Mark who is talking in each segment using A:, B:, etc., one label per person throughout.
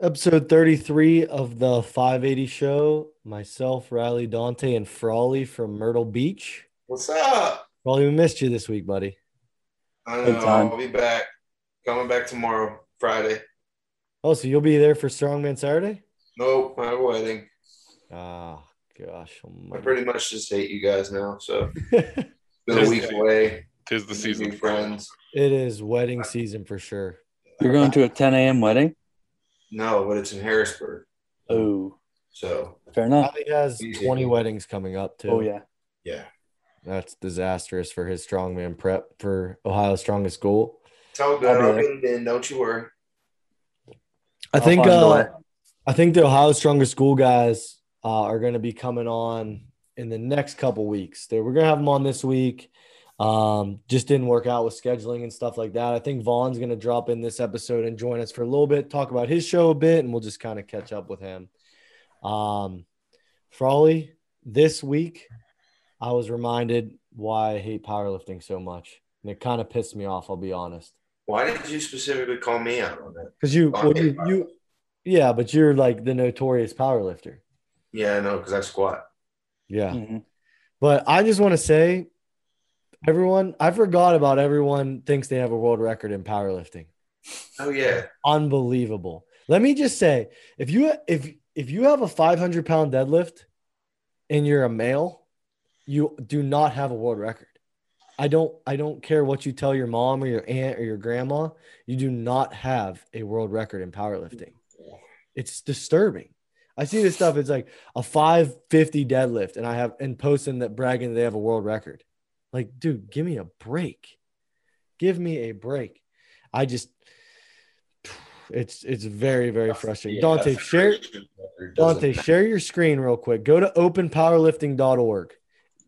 A: Episode 33 of the 580 show. Myself, Riley, Dante, and Frawley from Myrtle Beach.
B: What's up?
A: Frawley, we missed you this week, buddy.
B: I
C: Good
B: know.
C: time.
B: I'll be back. Coming back tomorrow, Friday.
A: Oh, so you'll be there for Strongman Saturday?
B: Nope, my wedding.
A: Ah, gosh.
B: I
A: almighty.
B: pretty much just hate you guys now. So
A: it
B: been a
D: Just-
B: week away.
D: Tis the season.
B: New friends.
A: is wedding season for sure.
C: You're going to a 10 a.m. wedding?
B: No, but it's in Harrisburg.
C: Oh,
B: So
C: fair enough.
A: Riley has 20 weddings coming up, too.
C: Oh yeah.
B: yeah.
A: That's disastrous for his strongman prep for Ohio's strongest goal.
B: It's
D: Oh,
B: all good.
C: I'll be
B: I'll
C: there.
B: get it in. Don't you worry.
A: I
C: I'll
A: think
C: find a
A: uh,
C: way.
A: I think the Ohio Strongest School guys uh, are going to be coming on in the next couple weeks. They, we're going to have them on this week. Um, just didn't work out with scheduling and stuff like that. I think Vaughn's going to drop in this episode and join us for a little bit, talk about his show a bit, and we'll just kind of catch up with him. Um, Frawley, this week I was reminded why I hate powerlifting so much. And it kind of pissed me off, I'll be honest.
B: Why did you specifically call me out on that?
A: Because you,
B: I
A: well,
B: hate
A: you, you, yeah, but you're like the notorious powerlifter.
B: Yeah, I know, because I squat.
A: Yeah.
C: Mhm.
A: Mm. But I just want to say, everyone, I forgot about everyone thinks they have a world record in powerlifting.
B: Oh yeah.
A: Unbelievable. Let me just say, if you if if you have a 500 pound deadlift and you're a male, you do not have a world record. I don't I don't care what you tell your mom or your aunt or your grandma, you do not have a world record in powerlifting. It's disturbing. I see this stuff. It's like a 550 deadlift, and I have and posting that bragging they have a world record. Like, dude, give me a break. Give me a break. I just it's it's very, very frustrating.
B: Yeah,
A: Dante,
B: that's-
A: share
B: Doesn't-
A: Dante, share your screen real quick. Go to openpowerlifting.org.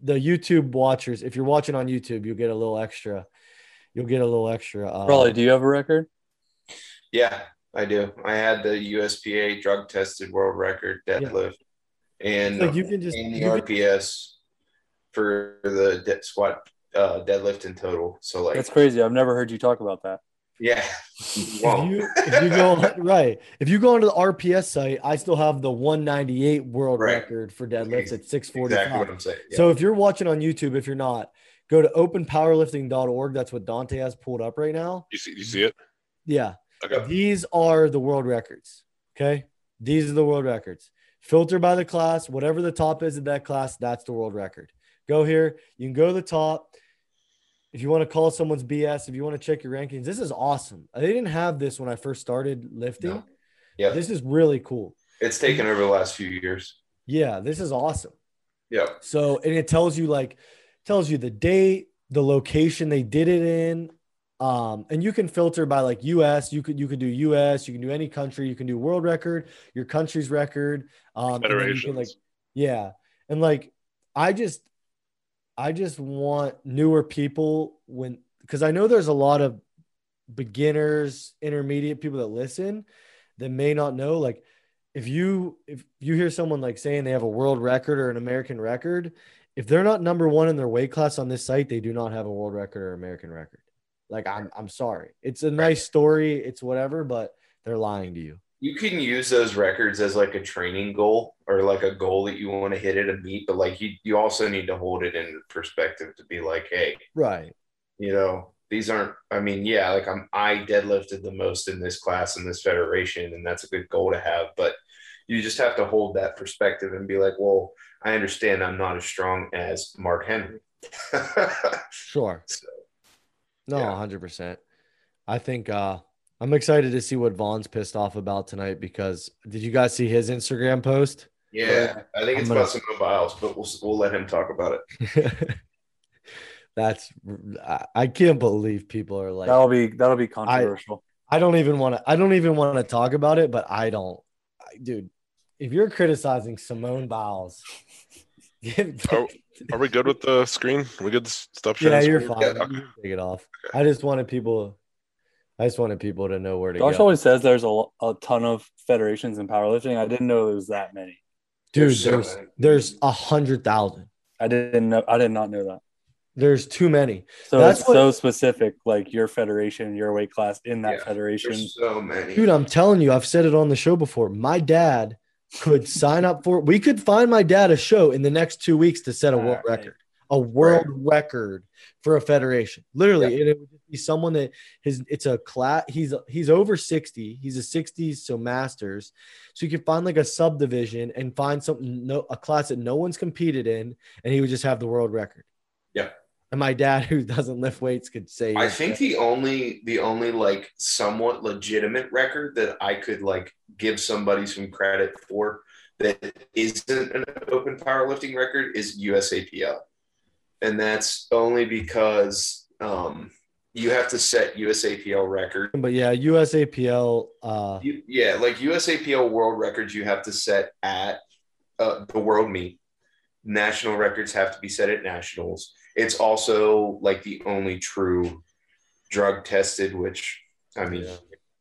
A: The YouTube watchers, if you're watching on YouTube, you'll get a little extra. You'll get a little extra. Uh,
C: Probably. Do you have a record?
B: Yeah, I do. I had the USPA drug tested world record deadlift and
A: like you can just
B: in the
A: you can-
B: RPS for the de- squat uh, deadlift in total. So like,
C: That's crazy. I've never heard you talk about that.
B: yeah, Whoa.
A: if you if you go right if you go onto the RPS site, I still have the 198 world
B: Right.
A: record for deadlifts at 645.
B: exactly what I'm saying. Yeah.
A: So if you're watching on YouTube, if you're not, go to openpowerlifting.org. That's what Dante has pulled up right now.
D: You see, you see it?
A: Yeah.
D: Okay.
A: These are the world records. Okay. These are the world records. Filter by the class, whatever the top is of that class, that's the world record. Go here. You can go to the top. If you want to call someone's BS, if you want to check your rankings, this is awesome. They didn't have this when I first started lifting.
B: No. Yeah.
A: This is really cool.
B: it's taken over the last few years.
A: Yeah. This is awesome.
B: Yeah,
A: So, and it tells you like, tells you the date, the location they did it in, um, and you can filter by like U.S. You could you could do U.S. You can do any country. You can do world record, your country's record, um, and then you can,
D: Federations.
A: like yeah, and like I just, I just want newer people when because I know there's a lot of beginners, intermediate people that listen that may not know like if you if you hear someone like saying they have a world record or an American record, if they're not number one in their weight class on this site, they do not have a world record or American record. Like I'm I'm sorry. It's a nice story, it's whatever, but they're lying to you.
B: you can use those records as like a training goal or like a goal that you want to hit at a meet, but like you, you also need to hold it in perspective to be like, hey,
A: Right.
B: you know these aren't i mean yeah like i'm i deadlifted the most in this class in this federation and that's a good goal to have but you just have to hold that perspective and be like well i understand i'm not as strong as mark henry
A: Sure.
B: So,
A: No,
B: yeah.
A: hundred percent. I think uh I'm excited to see what Vaughn's pissed off about tonight because did you guys see his Instagram post?
B: yeah i think it's
A: I'm gonna-
B: about some mobiles but we'll, we'll let him talk about it
A: That's I, I can't believe people are like
C: That'll be that'll be controversial.
A: I don't even want to. I don't even want to talk about it. But I don't, I, dude. If you're criticizing Simone Biles, give-
D: Are,
B: Oh,
D: are we good with the screen? Are we good to s- stop sharing?
A: yeah, you're
D: screen?
A: fine.
D: Yeah,
A: You
D: okay.
A: can Take it off. I just wanted people. I just wanted people to know where to
C: Josh
A: go,
C: always says there's a, lo- a ton of federations in powerlifting. I didn't know there was that many.
A: dude.
B: There's so
A: There's
B: many.
A: there's a hundred thousand.
C: I didn't know. I did not know that.
A: there's too many.
C: So
A: That's
C: it's
A: what-
C: so specific, like your federation, your weight class in that
B: Yeah,
C: federation.
B: There's so many.
A: Dude, I'm telling you, I've said it on the show before. My dad could sign up for we could find my dad a show in the next two weeks to set a world
C: Alright.
A: record. A world record for a federation. Literally, and it would just be someone that his it's a class he's he's over 60. He's a 60s, so masters. So you could find like a subdivision and find something no a class that no one's competed in, and he would just have the world record.
B: Yeah.
A: And my dad, who doesn't lift weights, could say
B: I think the only the only like somewhat legitimate record that I could like give somebody some credit for that isn't an open powerlifting record is USAPL. And that's only because um, you have to set USAPL record.
A: but yeah, USAPL uh
B: You, yeah, like USAPL world records you have to set at uh, the world meet. National records have to be set at nationals. It's also like the only true drug tested, which I mean,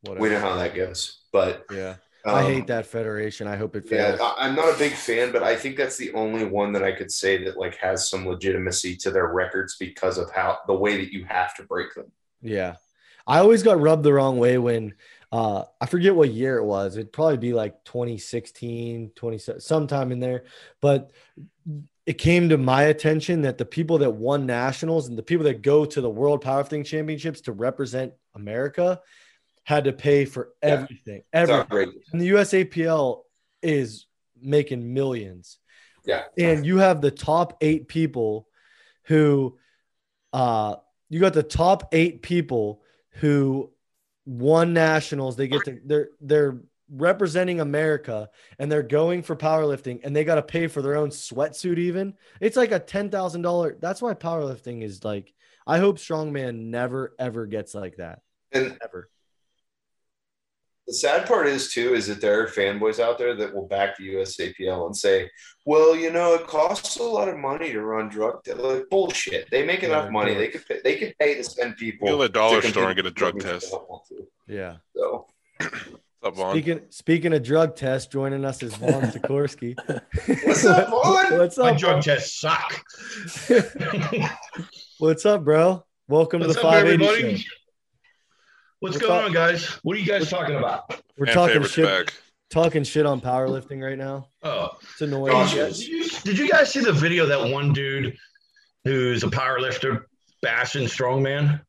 A: Yeah,
B: we know how that goes. But
A: Yeah.
B: um,
A: I hate that federation. I hope it
B: Yeah,
A: fails.
B: I- I'm not a big fan, but I think that's the only one that I could say that like has some legitimacy to their records because of how the way that you have to break them.
A: Yeah. I always got rubbed the wrong way when uh I forget what year it was. It'd probably be like 2016, 27, sometime in there. But it came to my attention that the people that won nationals and the people that go to the World Powerlifting Championships to represent America had to pay for
B: Yeah.
A: everything.
B: It's
A: Everything.
B: not great.
A: and the USAPL is making millions.
B: Yeah.
A: And you have the top eight people who uh you got the top eight people who won nationals. They get to they're they're representing America and they're going for powerlifting and they gotta pay for their own sweatsuit even. It's like a ten thousand dollar that's why powerlifting is like I hope strongman never ever gets like that.
B: And
A: Ever.
B: The sad part is too is that there are fanboys out there that will back the USAPL and say, "Well, you know, it costs a lot of money to run drug." te- Like bullshit. They make enough
A: Yeah,
B: money.
A: yeah.
B: They could pay, they could pay to send people
D: Go to the dollar
B: to
D: store and
B: compete
D: get a drug
B: with drugs
D: test.
B: they don't want to.
A: Yeah.
B: So
D: What's up, Vaughn?
A: Speaking speaking of drug tests, joining us is Vaughn Sikorsky.
B: what's up, Vaughn?
A: What's
E: My
A: up?
E: drug tests suck.
A: bro? What's up, bro? Welcome
E: What's
A: to the
E: up,
A: 580
E: everybody?
A: show.
E: What's,
A: What's
E: going
A: up?
E: on, guys? What are you guys talking about?
A: We're
D: And
A: talking
D: favorites
A: shit,
D: back.
A: talking shit on powerlifting right now.
E: Oh,
A: It's annoying.
B: Gosh,
E: did you, did you guys see the video of that one dude who's a power lifter bashing strongman?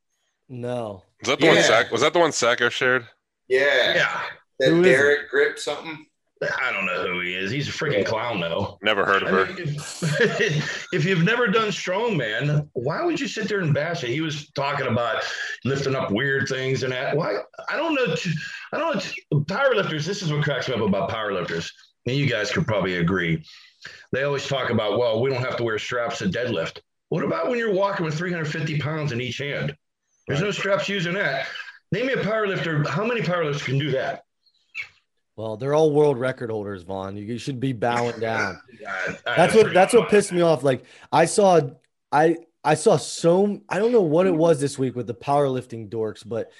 A: No.
D: Is that the
B: Yeah.
D: one Sack? Was that the one Sacco shared?
B: Yeah,
E: Yeah,
A: Who
B: that
A: is
B: Derek grip something.
E: I don't know who he is. He's a freaking
B: Yeah.
E: clown, though.
D: Never heard of
E: I
D: her.
E: mean, if, if you've never done strongman, why would you sit there and bash it? He was talking about lifting up weird things and that. Why? I don't know. t- I don't know. t- Powerlifters. This is what cracks me up about powerlifters. And you guys could probably agree. They always talk about, well, we don't have to wear straps to deadlift. What about when you're walking with 350 pounds in each hand? There's no straps using that. Name me a powerlifter. How many powerlifters can do that?
A: Well, they're all world record holders, Vaughn. You should be bowing down.
E: I- I
A: that's what
E: forgot
A: that's what
E: about
A: pissed me off. Like I saw I I saw so I don't know what it was this week with the powerlifting dorks, but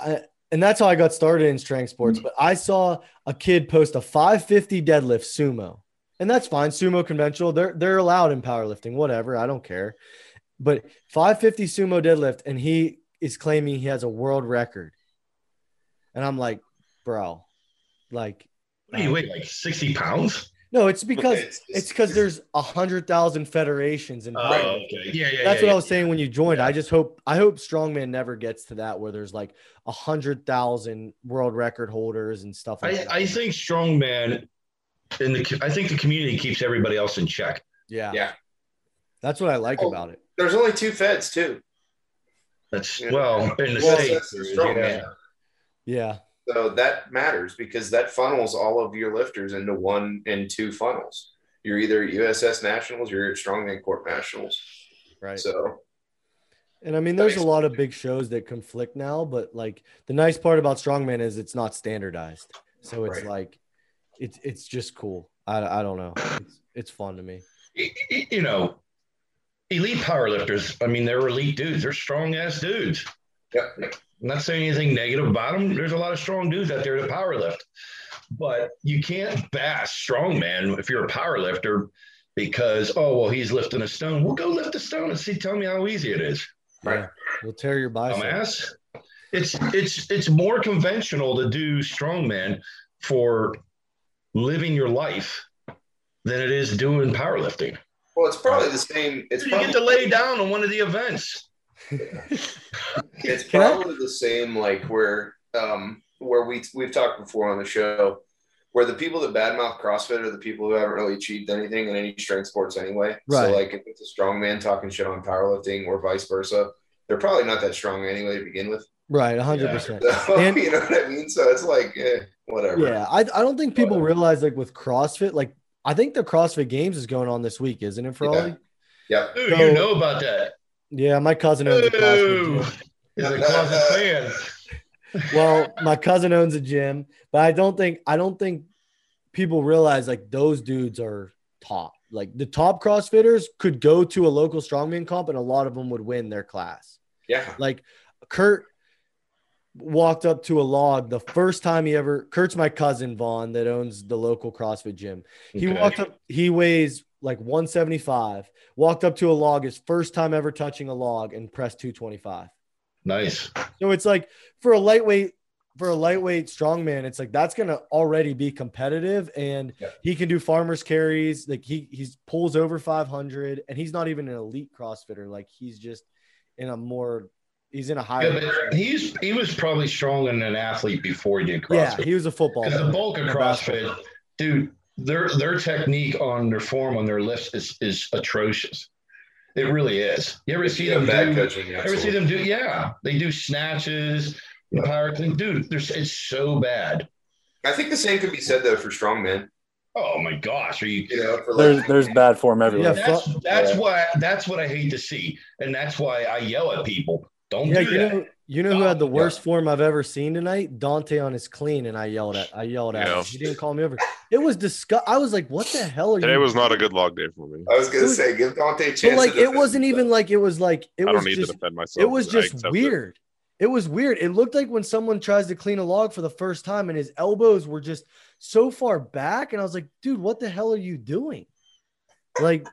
A: I and that's how I got started in strength sports. But I saw a kid post a 550 deadlift sumo. And that's fine. Sumo conventional, they're they're allowed in powerlifting, whatever. I don't care. But 550 sumo deadlift, and he is claiming he has a world record. And I'm like, bro, like
E: What do you weigh like 60 pounds?
A: no, it's because
B: It's-
A: it's because there's a hundred thousand federations in
E: Oh,
A: powerlifting.
E: okay. Yeah,
A: That's
E: yeah. yeah,
A: what
E: yeah.
A: I was saying when you joined. I just hope I hope strongman never gets to that where there's like a hundred thousand world record holders and stuff like
E: I,
A: that.
E: I think strongman in the I think the community keeps everybody else in check.
A: yeah,
B: yeah.
A: that's what I like
B: Oh,
A: about it.
B: There's only two feds too.
E: That's
B: Yeah.
E: well in the
B: Well,
E: states.
B: that's the strongman.
E: yeah.
A: Yeah,
B: So that matters because that funnels all of your lifters into one and two funnels. You're either at USS Nationals, you're at Strongman Corp Nationals.
A: right.
B: So
A: and I mean, there's a lot of big shows that conflict now, but like the nice part about strongman is it's not standardized, so it's
B: Right.
A: like it's it's just cool. I, I don't know. It's, it's fun to me.
E: Y- y- You know, elite powerlifters. I mean, they're elite dudes. They're strong ass dudes.
B: Yep.
E: I'm not saying anything negative about them. There's a lot of strong dudes out there to powerlift, but you can't bash strongman if you're a powerlifter because oh well he's lifting a stone. Well, go lift a stone and see. Tell me how easy it is,
A: Yeah. We'll tear
E: Oh,
A: your bicep.
E: dumbass. It's it's it's more conventional to do strongman for living your life than it is doing powerlifting.
B: Well, it's probably the same. It's
E: you
B: probably,
E: get to lay down on one of the events.
B: it's
A: Can I-
B: probably the same. Like where um where we we've talked before on the show, where the people that badmouth CrossFit are the people who haven't really achieved anything in any strength sports anyway.
A: Right.
B: So like if it's a strongman talking shit on powerlifting or vice versa, they're probably not that strong anyway to begin with.
A: Right, 100%.
B: So,
A: And-
B: you know what I mean? So it's like eh, whatever.
A: Yeah, I, I don't think people
B: Whatever.
A: realize like with CrossFit, like I think the CrossFit Games is going on this week, isn't it, for
B: Yeah.
A: Ollie?
B: Yep.
E: Dude,
A: So-
E: you know about that.
A: Yeah, my cousin owns a
E: Ooh.
A: CrossFit gym.
E: He's a closet fan.
A: Well, my cousin owns a gym, but I don't think I don't think people realize like those dudes are top. Like the top CrossFitters could go to a local strongman comp, and a lot of them would win their class.
B: Yeah.
A: Like Kurt walked up to a log the first time he ever Kurt's my cousin Vaughn that owns the local CrossFit gym. He
E: Okay.
A: walked up, he weighs like 175, walked up to a log his first time ever touching a log and pressed 225.
E: Nice.
A: So it's like for a lightweight for a lightweight strongman, it's like that's gonna already be competitive, and
B: Yeah.
A: he can do farmers carries. Like he he's pulls over five hundred, and he's not even an elite CrossFitter. Like he's just in a more he's in a higher.
E: Yeah, but he's he was probably strong and an athlete before he did
A: yeah,
E: CrossFit.
A: he was a football.
E: Because the
A: player.
E: bulk of
A: And a
E: CrossFit, dude, their their technique on their form on their lifts is is atrocious. It really is. You ever see
B: Yeah,
E: them
B: bad
E: do?
B: coaching.
E: Ever see
B: absolutely.
E: them do? Yeah, they do snatches,
B: Yeah.
E: power clean. Dude, there's it's so bad.
B: I think the same could be said though for strongman.
E: Oh my gosh, are you?
B: You know, for like
C: There's there's bad form everywhere.
A: Yeah.
E: That's that's
C: Yeah.
E: why that's what I hate to see, and that's why I yell at people. Don't
A: Yeah,
E: do
A: you
E: that. Oh,
A: know you know who had the
E: Yeah.
A: worst form I've ever seen tonight. Dante on his clean, and I yelled at I yelled at
D: Yeah.
A: him. He didn't call me over. It was disgust. I was like, what the hell are
D: Today
A: you?
D: was not a good log day for me.
B: I was
A: It
B: gonna
A: was-
B: say, give Dante a
A: But
B: chance.
A: like
B: to
A: it wasn't
B: defend
A: even like it was like it
D: I
A: was
D: don't need
A: just
D: to defend myself.
A: it was
D: I
A: just
D: accept it.
A: weird. It. was weird. It looked like when someone tries to clean a log for the first time and his elbows were just so far back. And I was like, dude, what the hell are you doing? Like,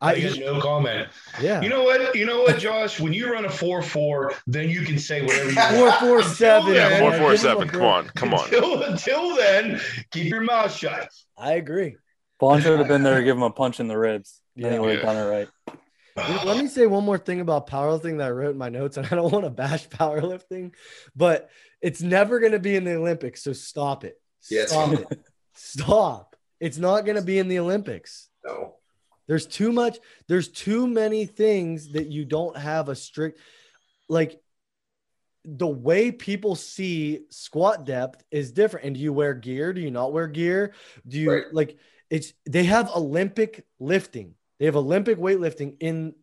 E: I
A: I,
E: get no comment.
A: yeah,
E: You know what? You know what, Josh? When you run a four four, then you can say whatever you want.
A: four, four, seven.
E: Yeah,
D: Yeah,
A: man.
D: four
A: Give
D: four
A: him a
D: seven. Come
A: break.
D: on, come on.
E: Until, until then, keep your mouth shut.
A: I agree.
C: Vaughn should have been there to give him a punch in the ribs.
A: Yeah.
C: Yeah. Then he would have
D: Yeah.
C: done it right.
A: You know, Let me say one more thing about powerlifting that I wrote in my notes, and I don't want to bash powerlifting, but it's never going to be in the Olympics. So stop it.
B: Yeah, it's
A: Stop it. Stop. It's not going to be in the Olympics.
B: the- No.
A: There's too much, there's too many things that you don't have a strict like the way people see squat depth is different. And do you wear gear? Do you not wear gear? Do you
B: Right.
A: like it's they have Olympic lifting, they have Olympic weightlifting in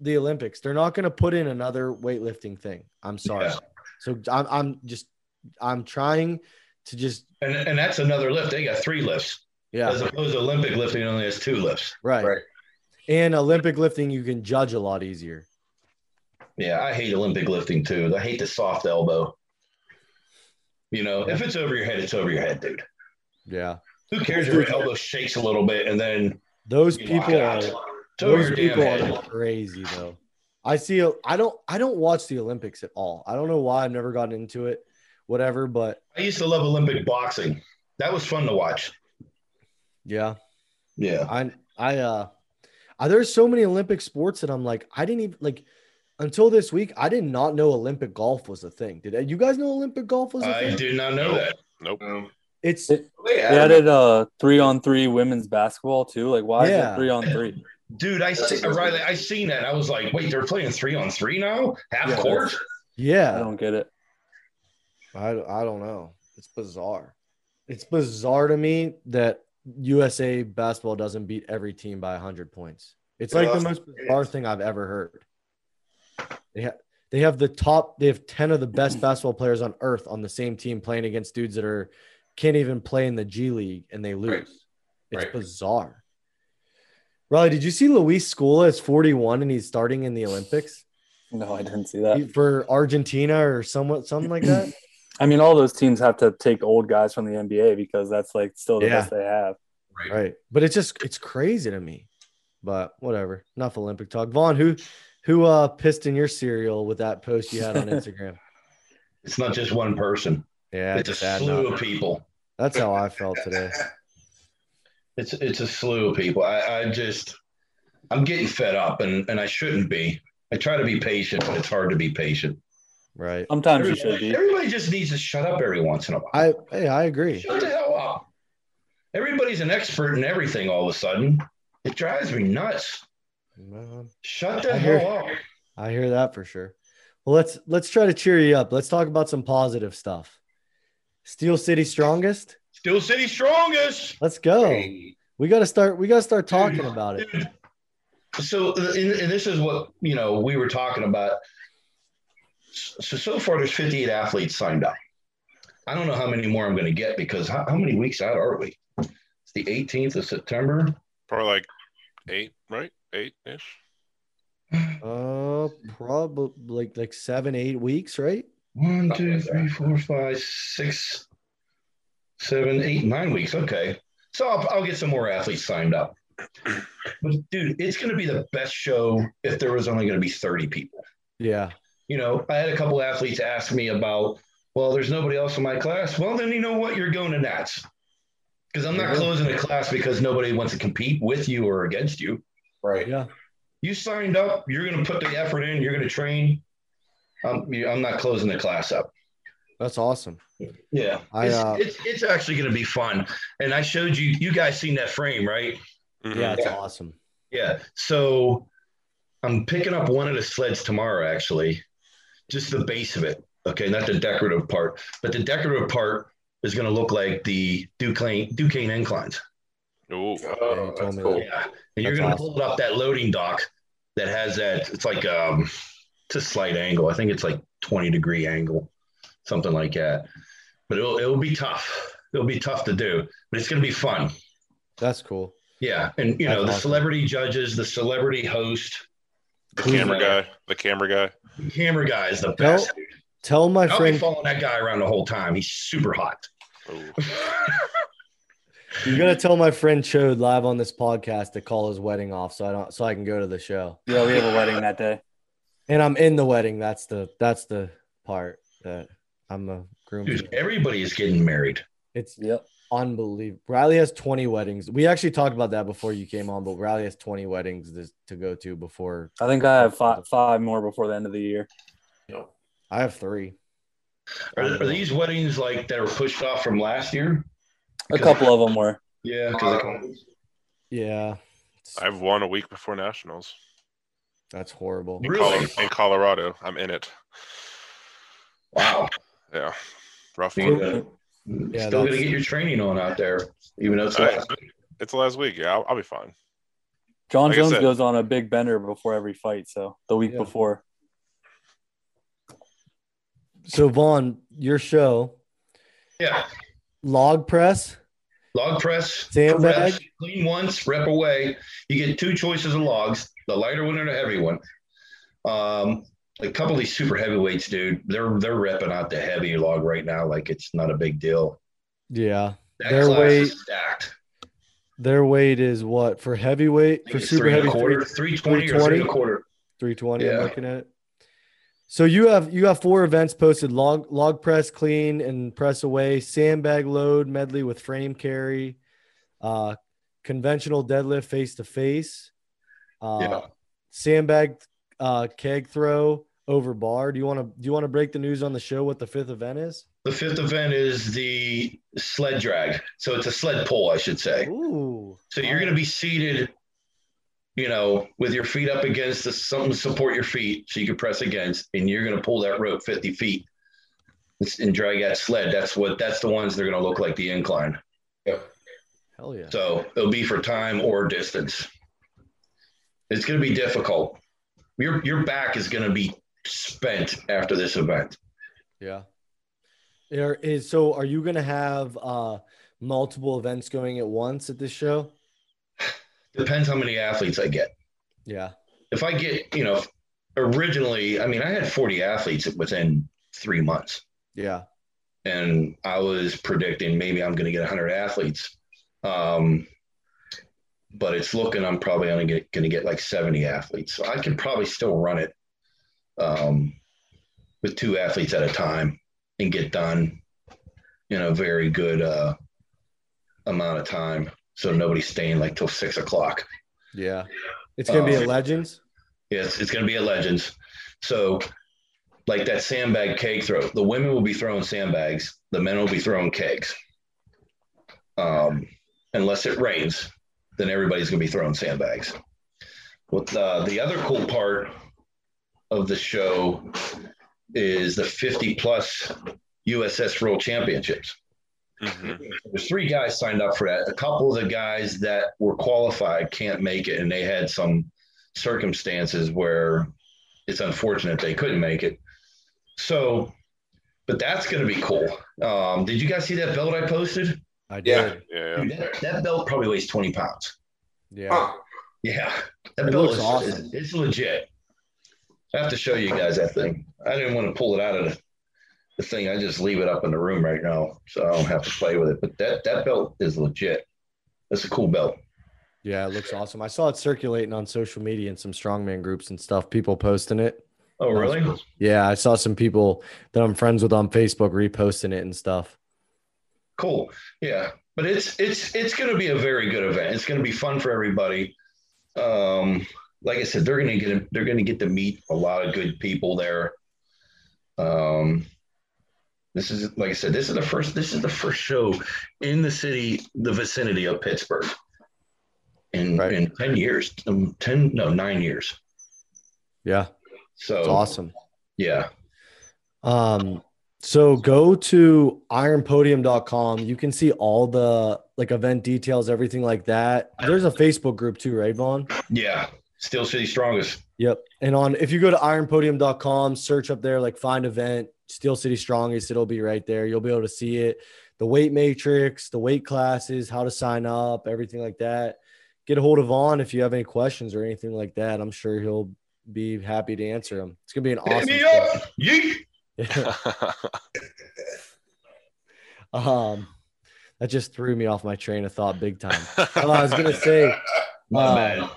A: the Olympics. They're not gonna put in another weightlifting thing. I'm sorry.
E: Yeah.
A: So I'm I'm just I'm trying to just
E: And, and that's another lift. They got three lifts.
A: yeah,
E: As opposed to Olympic lifting only has two lifts.
A: right.
B: Right.
A: And Olympic lifting you can judge a lot easier.
E: Yeah, I hate Olympic lifting too. I hate the soft elbow. You know, if it's over your head, it's over your head, dude.
A: Yeah.
E: Who cares if your elbow shakes a little bit and then
A: Those
E: you knock
A: people
E: it
A: are
E: out? It's over
A: those
E: your damn
A: people
E: head.
A: are crazy though. I see. a- I don't. I don't watch the Olympics at all. I don't know why. I've never gotten into it. Whatever. But
E: I used to love Olympic boxing. That was fun to watch.
A: yeah,
E: Yeah.
A: I. I. Uh, uh, there's so many Olympic sports that I'm like, I didn't even like until this week. I did not know Olympic golf was a thing. Did you guys know Olympic golf was a
E: I
A: thing?
E: did not know that.
D: Nope.
B: Um,
A: It's
C: It-
B: they
C: They
B: added,
C: added uh three on three women's basketball too. Like why is
A: Yeah.
C: it three on three?
E: Dude, I
B: That's
E: see,
B: awesome.
E: Riley, I seen that. I was like, wait, they're playing three on three now? Half
C: Yeah,
E: court?
C: I
A: yeah.
C: don't get it.
A: I, I don't know. It's bizarre. It's bizarre to me that USA basketball doesn't beat every team by 100 points. It's like the
B: Yeah.
A: most bizarre thing I've ever heard. They, ha- they have the top, they have 10 of the best basketball players on earth on the same team playing against dudes that are can't even play in the G League and they lose.
B: Right.
A: It's
B: Right.
A: bizarre. Riley, did you see Luis Scola is 41 and he's starting in the Olympics
C: No, I didn't see that.
A: He- for Argentina or somewhat something like that?
C: I mean, all those teams have to take old guys from the NBA because that's like still the
A: Yeah.
C: best they have.
A: right. But it's just it's crazy to me. But whatever, enough Olympic talk. Vaughn, who who uh pissed in your cereal with that post you had on Instagram?
E: It's not just one person.
A: Yeah,
E: It's a
A: it's bad
E: slew
A: enough.
E: of people.
A: that's how I felt today.
E: It's it's a slew of people. I, I just I'm getting fed up and, and I shouldn't be. I try to be patient, but it's hard to be patient.
A: Right.
C: Sometimes you should
E: Everybody,
C: be.
E: everybody just needs to shut up every once in a while.
A: I hey, I agree.
E: Shut the hell up. Everybody's an expert in everything all of a sudden. It drives me nuts.
A: Man,
E: Shut the
A: I hear-
E: hell up.
A: I hear that for sure. Well, let's let's try to cheer you up. Let's talk about some positive stuff. Steel City strongest.
E: Steel City strongest.
A: Let's go.
B: Hey,
A: We got to start. We got to start talking about it.
E: Dude. So and, and this is what you know we were talking about. So so far there's 58 athletes signed up. I don't know how many more I'm going to get because how, how many weeks out are we? It's the 18th of September.
D: Probably like eight, right? Eight ish.
A: Uh, probably like like seven, eight weeks, right?
E: One, two, three, four, five, six, seven, eight, nine weeks. Okay. So I'll, I'll get some more athletes signed up. But dude, it's going to be the best show if there was only going to be 30 people.
A: Yeah.
E: You know, I had a couple athletes ask me about, well, there's nobody else in my class. Well, then you know what? You're going to Nats because I'm not
A: Yeah.
E: closing the class because nobody wants to compete with you or against you.
B: right.
A: Yeah.
E: You signed up, you're going to put the effort in, you're going to train. Um, you- I'm not closing the class up.
A: That's awesome.
E: Yeah,
A: I,
E: it's,
A: uh,
E: it's it's actually going to be fun. And I showed you, you guys seen that frame, right?
D: Mhm.
A: Yeah, it's
E: Yeah.
A: awesome.
E: Yeah. So I'm picking up one of the sleds tomorrow, actually, just the base of it. Okay, not the decorative part, but the decorative part is going to look like the Duquesne Duquesne inclines.
D: Ooh.
A: Yeah,
B: Oh,
A: you told
B: that's
A: me
B: cool.
E: Yeah, and you're
A: That's
E: going to
A: awesome.
E: pull up that loading dock that has that. It's like um, it's a slight angle. I think it's like 20 degree angle, something like that. But it'll it'll be tough. It'll be tough to do, but it's going to be fun.
A: That's cool.
E: Yeah, and you know
A: That's
E: the
A: awesome.
E: celebrity judges, the celebrity host,
D: The
E: Who's
D: camera
E: that?
D: guy. The camera guy.
E: camera guy is the best.
A: Tell my
E: I'll be
A: friend
E: following that guy around the whole time. He's super hot.
D: Ooh.
A: you gotta tell my friend Chode live on this podcast to call his wedding off so I don't so I can go to the show.
C: Yeah, we have a wedding that day.
A: And I'm in the wedding. That's the that's the part that I'm the groom.
E: Dude, everybody is getting married.
A: It's
C: Yep.
A: unbelievable. Riley has 20 weddings. We actually talked about that before you came on, but Riley has 20 weddings this, to go to before
C: I think I have five, five more before the end of the year.
A: I have three.
E: Are, are these weddings like that were pushed off from last year?
C: A couple of them were.
E: Yeah, 'cause
B: Um,
A: Yeah.
D: I've won a week before nationals.
A: That's horrible.
D: In,
E: Really?
D: Colo- in Colorado. I'm in it.
E: wow.
D: Yeah. Rough
E: You're
D: one.
E: gonna-
A: Yeah,
E: still gonna
A: that's-
E: get your training on out there, even though it's
D: All right.
E: last.
D: It's the last week. Yeah, I'll, I'll be fine.
C: John
D: Like I
C: Jones
D: said-
C: goes on a big bender before every fight, so the week
A: Yeah.
C: before.
A: So Vaughn, your show,
E: Yeah,
A: log press.
E: log press,
A: Sandbag.
E: press, clean once, rep away. You get two choices of logs: the lighter one or the heavy one. Um, a couple of these super heavyweights, dude, they're they're repping out the heavy log right now, like it's not a big deal.
A: Yeah.
E: That
A: Their
E: class
A: weight-
E: is stacked.
A: Their weight is what for heavyweight
E: I
A: for
E: think it's
A: super
E: three and
A: heavy
E: a quarter,
A: three
E: three twenty or three and a
A: 320?
E: quarter.
A: three twenty.
E: Yeah.
A: I'm looking at. it. So you have you have four events posted: log log press, clean and press away, sandbag load medley with frame carry, uh, conventional deadlift face to face,
E: Yeah.
A: uh, sandbag uh, keg throw over bar. Do you want to do you want to break the news on the show what the fifth event is?
E: The fifth event is the sled drag, so it's a sled pull, I should say.
A: Ooh,
E: So you're going to be seated, you know, with your feet up against the, something to support your feet so you can press against, and you're going to pull that rope 50 feet It's- and drag that sled. That's what, that's the ones that are going to look like the incline.
A: hell yeah!
E: So it'll be for time or distance. It's going to be difficult. Your, your back is going to be spent after this event.
A: Yeah. There is so are you gonna have uh multiple events going at once at this show?
E: Depends how many athletes I get.
A: Yeah.
E: If I get, you know, originally, I mean, I had 40 athletes within three months.
A: Yeah.
E: and I was predicting maybe I'm going to get 100 athletes. Um, but it's looking I'm probably only get, gonna get like 70 athletes. So I could probably still run it um, with two athletes at a time and get done in a very good uh, amount of time. So nobody's staying like till six o'clock.
A: Yeah. It's gonna be
E: Um,
A: a legends.
E: Yes, it's, going to be a Legends. So, like that sandbag cake throw, the women will be throwing sandbags, the men will be throwing kegs. Um, unless it rains, then everybody's going to be throwing sandbags. What uh, the other cool part of the show is the 50 plus USS World Championships
D: Mhm.
E: there's three guys signed up for that. A couple of the guys that were qualified can't make it, and they had some circumstances where it's unfortunate they couldn't make it. So, but that's going to be cool. Um, did you guys see that belt I posted?
A: I
B: yeah.
A: did.
D: Yeah.
E: Dude, that, that belt probably weighs 20 pounds.
A: Yeah.
B: Huh.
E: Yeah, that
A: It
E: belt
A: looks
E: is,
A: awesome.
E: is- it's legit. I have to show you guys that thing. I didn't want to pull it out of the, the thing. I just leave it up in the room right now, so I don't have to play with it. But that that belt is legit. That's a cool belt.
A: Yeah, it looks awesome. I saw it circulating on social media and some strongman groups and stuff, people posting it.
E: Oh,
A: That's
E: really?
A: cool. Yeah, I saw some people that I'm friends with on Facebook reposting it and stuff.
E: Cool. Yeah, but it's it's it's going to be a very good event. It's going to be fun for everybody. Um, like I said, they're going to get they're going to get to meet a lot of good people there. Um, this is like I said, this is the first this is the first show in the city, the vicinity of Pittsburgh. In
A: Right.
E: in ten years, um, ten no nine years.
A: Yeah,
E: So
A: it's
E: Oh.
A: awesome.
E: Yeah,
A: Um, so go to ironpodium.com. You can see all the like event details, everything like that. There's a Facebook group too, right, Vaughn?
E: yeah. Still city strongest.
A: Yep. And on if you go to ironpodium.com, search up there, like find event, Steel City Strongest, it'll be right there. You'll be able to see it. The weight matrix, the weight classes, how to sign up, everything like that. Get a hold of Vaughn if you have any questions or anything like that. I'm sure he'll be happy to answer them. It's gonna be an
E: Hit
A: awesome.
E: me up. Yeet.
A: show. um, that just threw me off my train of thought big time. Oh, I was gonna say
E: My
A: Uh,
E: bad.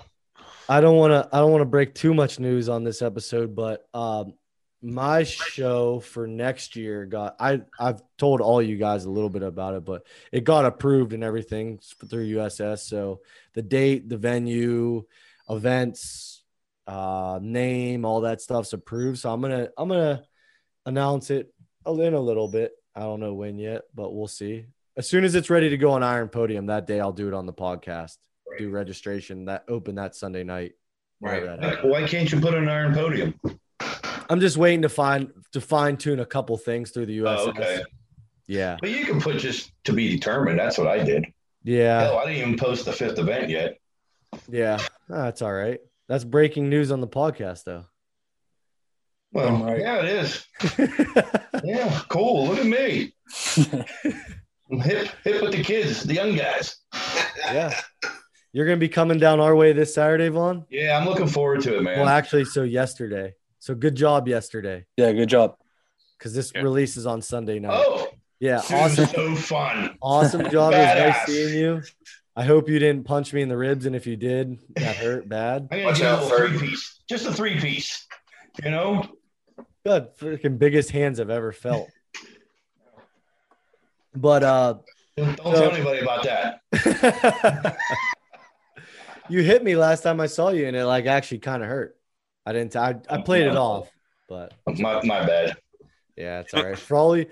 A: I don't want to. I don't want to break too much news on this episode, but um, my show for next year got. I I've told all you guys a little bit about it, but it got approved and everything through USS. So the date, the venue, events, uh, name, all that stuff's approved. So I'm gonna I'm gonna announce it a- in a little bit. I don't know when yet, but we'll see. As soon as it's ready to go on Iron Podium that day, I'll do it on the podcast do registration that open that Sunday night. whenever
B: Right.
A: that happens.
E: Why can't you put an iron podium?
A: I'm just waiting to find to fine tune a couple things through the US.
E: Oh, okay.
A: Yeah.
E: But you can put just to be determined. That's what I did.
A: Yeah.
E: Hell, I didn't even post the fifth event yet.
A: Yeah. Ah, That's all right. That's breaking news on the podcast though.
E: Well,
C: I'm right.
E: yeah, it is. Yeah, cool. Look at me. I'm hip, hip with the kids, the young guys.
A: yeah. You're gonna be coming down our way this Saturday, Vaughn?
E: Yeah, I'm looking forward to it, man.
A: Well, actually, so yesterday. So good job yesterday.
C: yeah, good job.
A: Because this
D: Yeah.
A: releases on Sunday night.
E: oh,
A: yeah.
E: this
A: Awesome.
E: is so fun.
A: Awesome job. It was
E: Badass.
A: nice seeing you. I hope you didn't punch me in the ribs, and if you did, that hurt bad.
E: I'm gonna
B: Watch
E: get
B: out,
E: a
B: Ferg.
E: three piece, just a three piece. You know,
A: God, freaking biggest hands I've ever felt. But uh
E: don't
A: So-
E: tell anybody about that.
A: you hit me last time I saw you and it like actually kind of hurt. I didn't I, I played it off, but
E: My, my bad.
A: yeah, it's all right. Frawley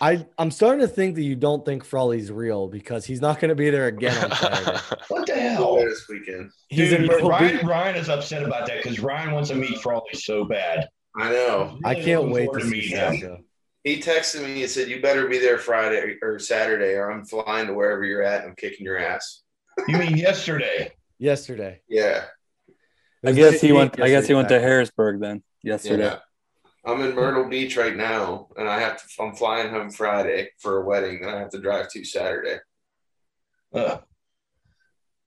A: I I'm starting to think that you don't think Frawley's real because he's not going to be there again on Saturday.
E: What the
B: Oh,
E: hell?
B: this weekend.
A: He's
E: Dude,
A: in Myrtle
E: Ryan,
A: Beach.
E: Ryan is upset about that because Ryan wants to meet Frawley so bad.
B: I know.
A: I can't
E: Looking
A: wait
E: forward
A: to see
E: him.
A: Sasha.
B: He texted me and said, "You better be there Friday or Saturday, or I'm flying to wherever you're at. and I'm kicking your ass."
E: You mean yesterday?
A: Yesterday.
B: Yeah.
A: It
C: I
A: was
C: guess he
A: 15
C: went. I guess he
A: yesterday.
C: went to Harrisburg then yesterday.
B: Yeah. I'm in Myrtle Beach right now, and I have to. I'm flying home Friday for a wedding that I have to drive to Saturday.
E: Ugh.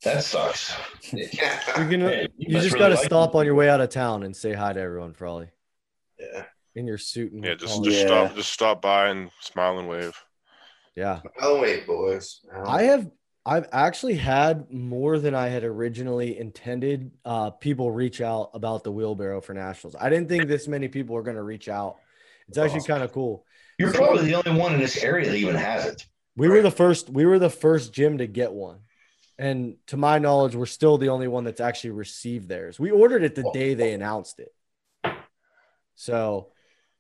E: That sucks.
A: You're
B: Yeah.
A: gonna,
E: Man,
A: you
E: must
A: just
E: really
A: got to
E: like
A: stop
E: him.
A: on your way out of town and say hi to everyone, Frawley,
B: yeah.
A: in your suit. And
D: yeah, just
A: collar.
D: just
C: Yeah.
D: stop just stop by and smile and wave.
A: yeah.
B: Oh wait, boys. No.
A: I have I've actually had more than I had originally intended. Uh, people reach out about the wheelbarrow for nationals. I didn't think this many people were going to reach out. It's actually
B: Awesome.
A: kind of cool.
E: You're probably the only one in this area that even has it.
A: We were
B: Right.
A: the first. We were the first gym to get one, and to my knowledge, we're still the only one that's actually received theirs. We ordered it the day they announced it. So,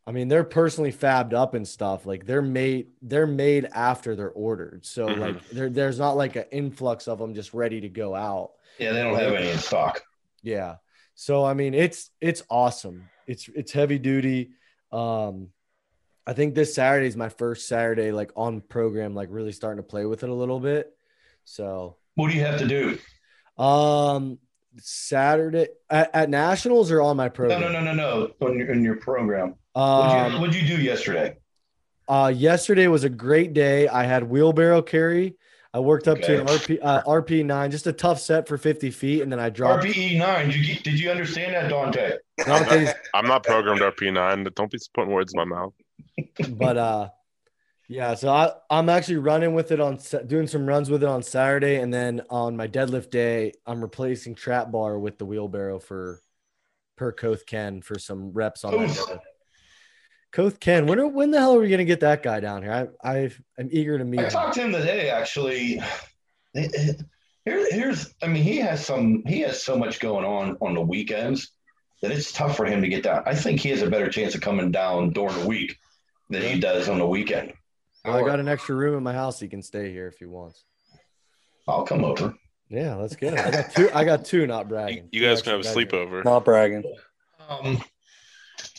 A: I mean, they're personally fabbed up and stuff. Like they're made. They're made after they're ordered. So
D: Mhm.
A: like there, there's not like an influx of them just ready to go out.
E: Yeah, they don't have any in stock.
A: Yeah. So I mean, it's it's awesome. It's it's heavy duty. Um, I think this Saturday is my first Saturday like on program, like really starting to play with it a little bit. So
E: What do you have to do?
A: um, Saturday at, at nationals or on my
E: No,
A: program.
E: no, no, no, no. On your, in your program.
A: no.
E: What'd
A: Um,
E: you, what'd you do yesterday?
A: uh, yesterday was a great day. I had wheelbarrow carry. I worked up to an RP uh, RP nine, just a tough set for fifty feet, and then I dropped.
E: RPE E nine. Did you, did you understand that, Dante?
A: Dante's
D: I'm not programmed RP nine. but Don't be putting words in my mouth.
A: but uh yeah so i i'm actually running with it on Sa- doing some runs with it on saturday and then on my deadlift day i'm replacing trap bar with the wheelbarrow for per koth ken for some reps on that
E: Oof.
A: deadlift. koth ken when, are, when the hell are we gonna get that guy down here i i i'm eager to meet
E: I
A: him
E: talked to him today, actually. Here, here's, I mean, he has some, he has so much going on on the weekends that it's tough for him to get down. I think he has a better chance of coming down during the week than he does on the weekend.
A: i got an extra room in my house he can stay here if he wants
E: I'll come over.
A: yeah let's go i got two i got two not
D: You,
A: bragging
D: you
A: Two
D: guys can have a
A: extra bedrooms.
D: sleepover.
C: Not bragging.
E: Um,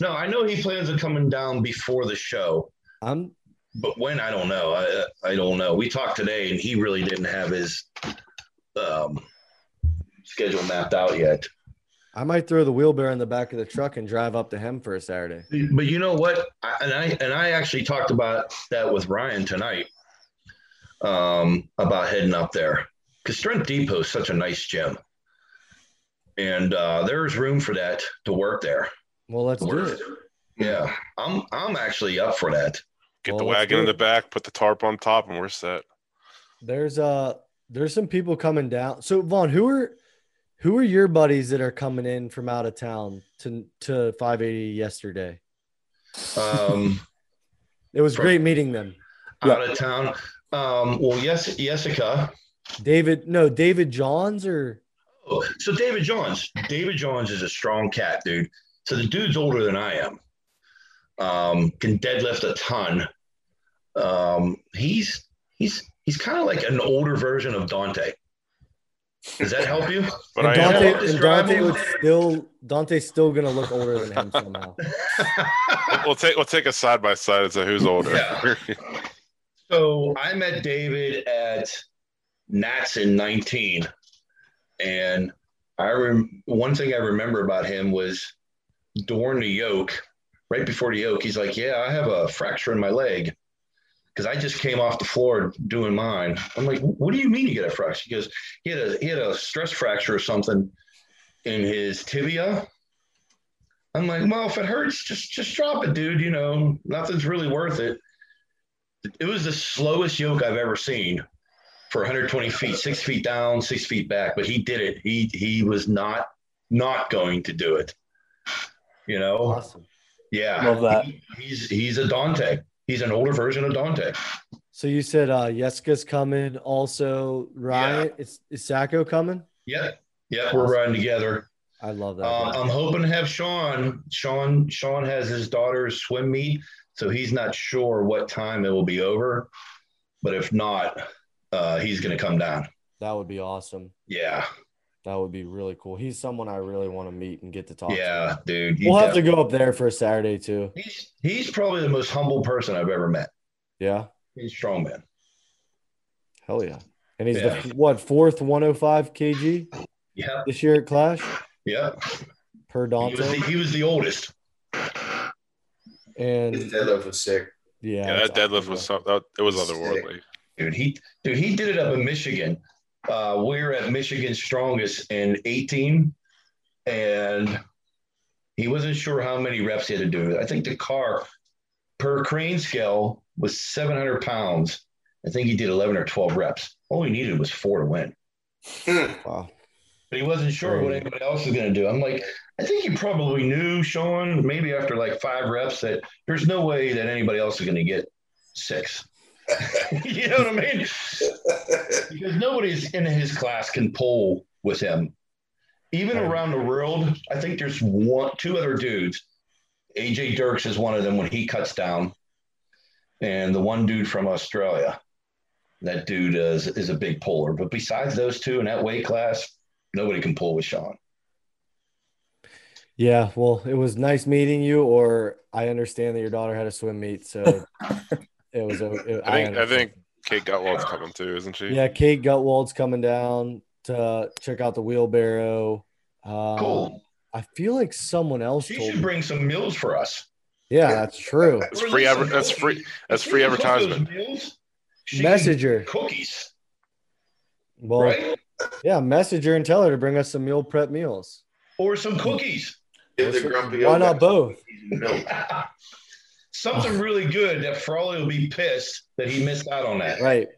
E: no, I know he plans on coming down before the show,
A: i'm
E: but when I don't know. I I don't know. We talked today, and he really didn't have his um, schedule mapped out yet.
A: i might throw the wheelbarrow in the back of the truck and drive up to him for a saturday
E: But you know what? I, and I and I actually talked about that with Ryan tonight um, about heading up there because Strength Depot is such a nice gym, and uh, there's room for that to work there.
A: well let's do it
E: Work. Yeah, I'm I'm actually up for that.
D: Get the
A: Well, let's
D: wagon
A: do
D: in the
A: it.
D: back, put the tarp on top, and we're set.
A: There's uh there's some people coming down. So Vaughn, who are who are your buddies that are coming in from out of town to to 580 yesterday?
E: Um,
A: It was
E: From-
A: great meeting them.
E: out of town. Um, well, yes, Jessica.
A: David, no, David Johns or
E: Oh, So David Johns. David Johns is a strong cat, dude. So the dude's older than I am. Um, can deadlift a ton. Um, he's he's he's kind of like an older version of Dante. Does that help you?
D: But
A: and
D: I am
A: Dante,
E: older.
A: and Dante would still Dante's still gonna look older than him somehow.
D: We'll take we'll take a side by side as to who's older.
E: Yeah. So I met David at Nats in 19. And I rem- one thing I remember about him was during the yoke, right before the yoke, he's like, Yeah, I have a fracture in my leg because I just came off the floor doing mine. I'm like, What do you mean you get a fracture? He goes, He had a, he had a stress fracture or something in his tibia. I'm like, well, if it hurts, just just drop it, dude. You know, nothing's really worth it it was the slowest yoke I've ever seen for 120 feet, six feet down, six feet back. But he did it. He he was not not going to do it. You know,
A: Awesome.
E: yeah.
C: Love that.
E: He- he's he's a Dante. He's an older version of Dante.
A: So you said uh Yeska's coming, also Ryan. Is is Sacco coming?
E: Yep, yep. We're riding together.
A: I love that.
E: Um,
A: guy.
E: I'm hoping to have Sean. Sean Sean has his daughter's swim meet, so he's not sure what time it will be over. But if not, uh, he's going to come down.
A: that would be awesome.
E: Yeah,
A: That would be really cool. He's someone I really want to meet and get to talk to.
E: yeah, dude. he
A: We'll have to go up there for a Saturday too.
E: He's he's probably the most humble person I've ever met.
A: Yeah.
E: He's a strong man.
A: Hell yeah. And he's
E: Yeah.
A: the what fourth 105 kg
E: Yep.
A: this year at Clash
E: Yep.
A: per
E: He was, the,
A: Dante.
E: he was the oldest.
B: His
A: And
B: deadlift was sick.
A: yeah,
D: Yeah, that
A: that's
D: deadlift
A: awesome,
D: was
A: bro.
D: something. That, it was otherworldly.
E: Dude, he dude, he did it up in Michigan. Uh, we were at Michigan's strongest in 18. And he wasn't sure how many reps he had to do. I think the car per crane scale was 700 pounds. I think he did 11 or 12 reps. All he needed was four to win.
A: Wow.
E: But he wasn't sure what anybody else was going to do. I'm like, I think you probably knew, Sean, maybe after like five reps, that there's no way that anybody else is going to get six. you know what I mean? Because nobody's in his class can pull with him. Even
A: Right.
E: around the world, I think there's one, two other dudes. AJ Dirks is one of them when he cuts down, and the one dude from Australia. That dude is is a big puller. But besides those two in that weight class, nobody can pull with Sean.
A: Yeah. Well, it was nice meeting you, or I understand that your daughter had a swim meet. So it was, a- it-
D: I think I
A: understand.
D: think Kate Gutwald's coming too, isn't she?
A: Yeah, Kate Gutwald's coming down to check out the wheelbarrow. Uh,
E: Cool.
A: I feel like someone else
E: She
A: told
E: should
A: me.
E: bring some meals for us.
A: yeah, that's true.
D: That's free adver- that's free- that's
E: She
D: free
E: can cook those
D: advertisement.
E: meals. She can
A: Messenger.
E: cookies,
A: Well,
E: right?
A: yeah, message her and tell her to bring us some meal prep meals.
E: Or some cookies.
B: Give the grumpy
A: Why
B: old
A: not
B: guy
A: both?
B: milk.
E: Something really good that Frawley will be pissed that he missed out on that.
A: Right.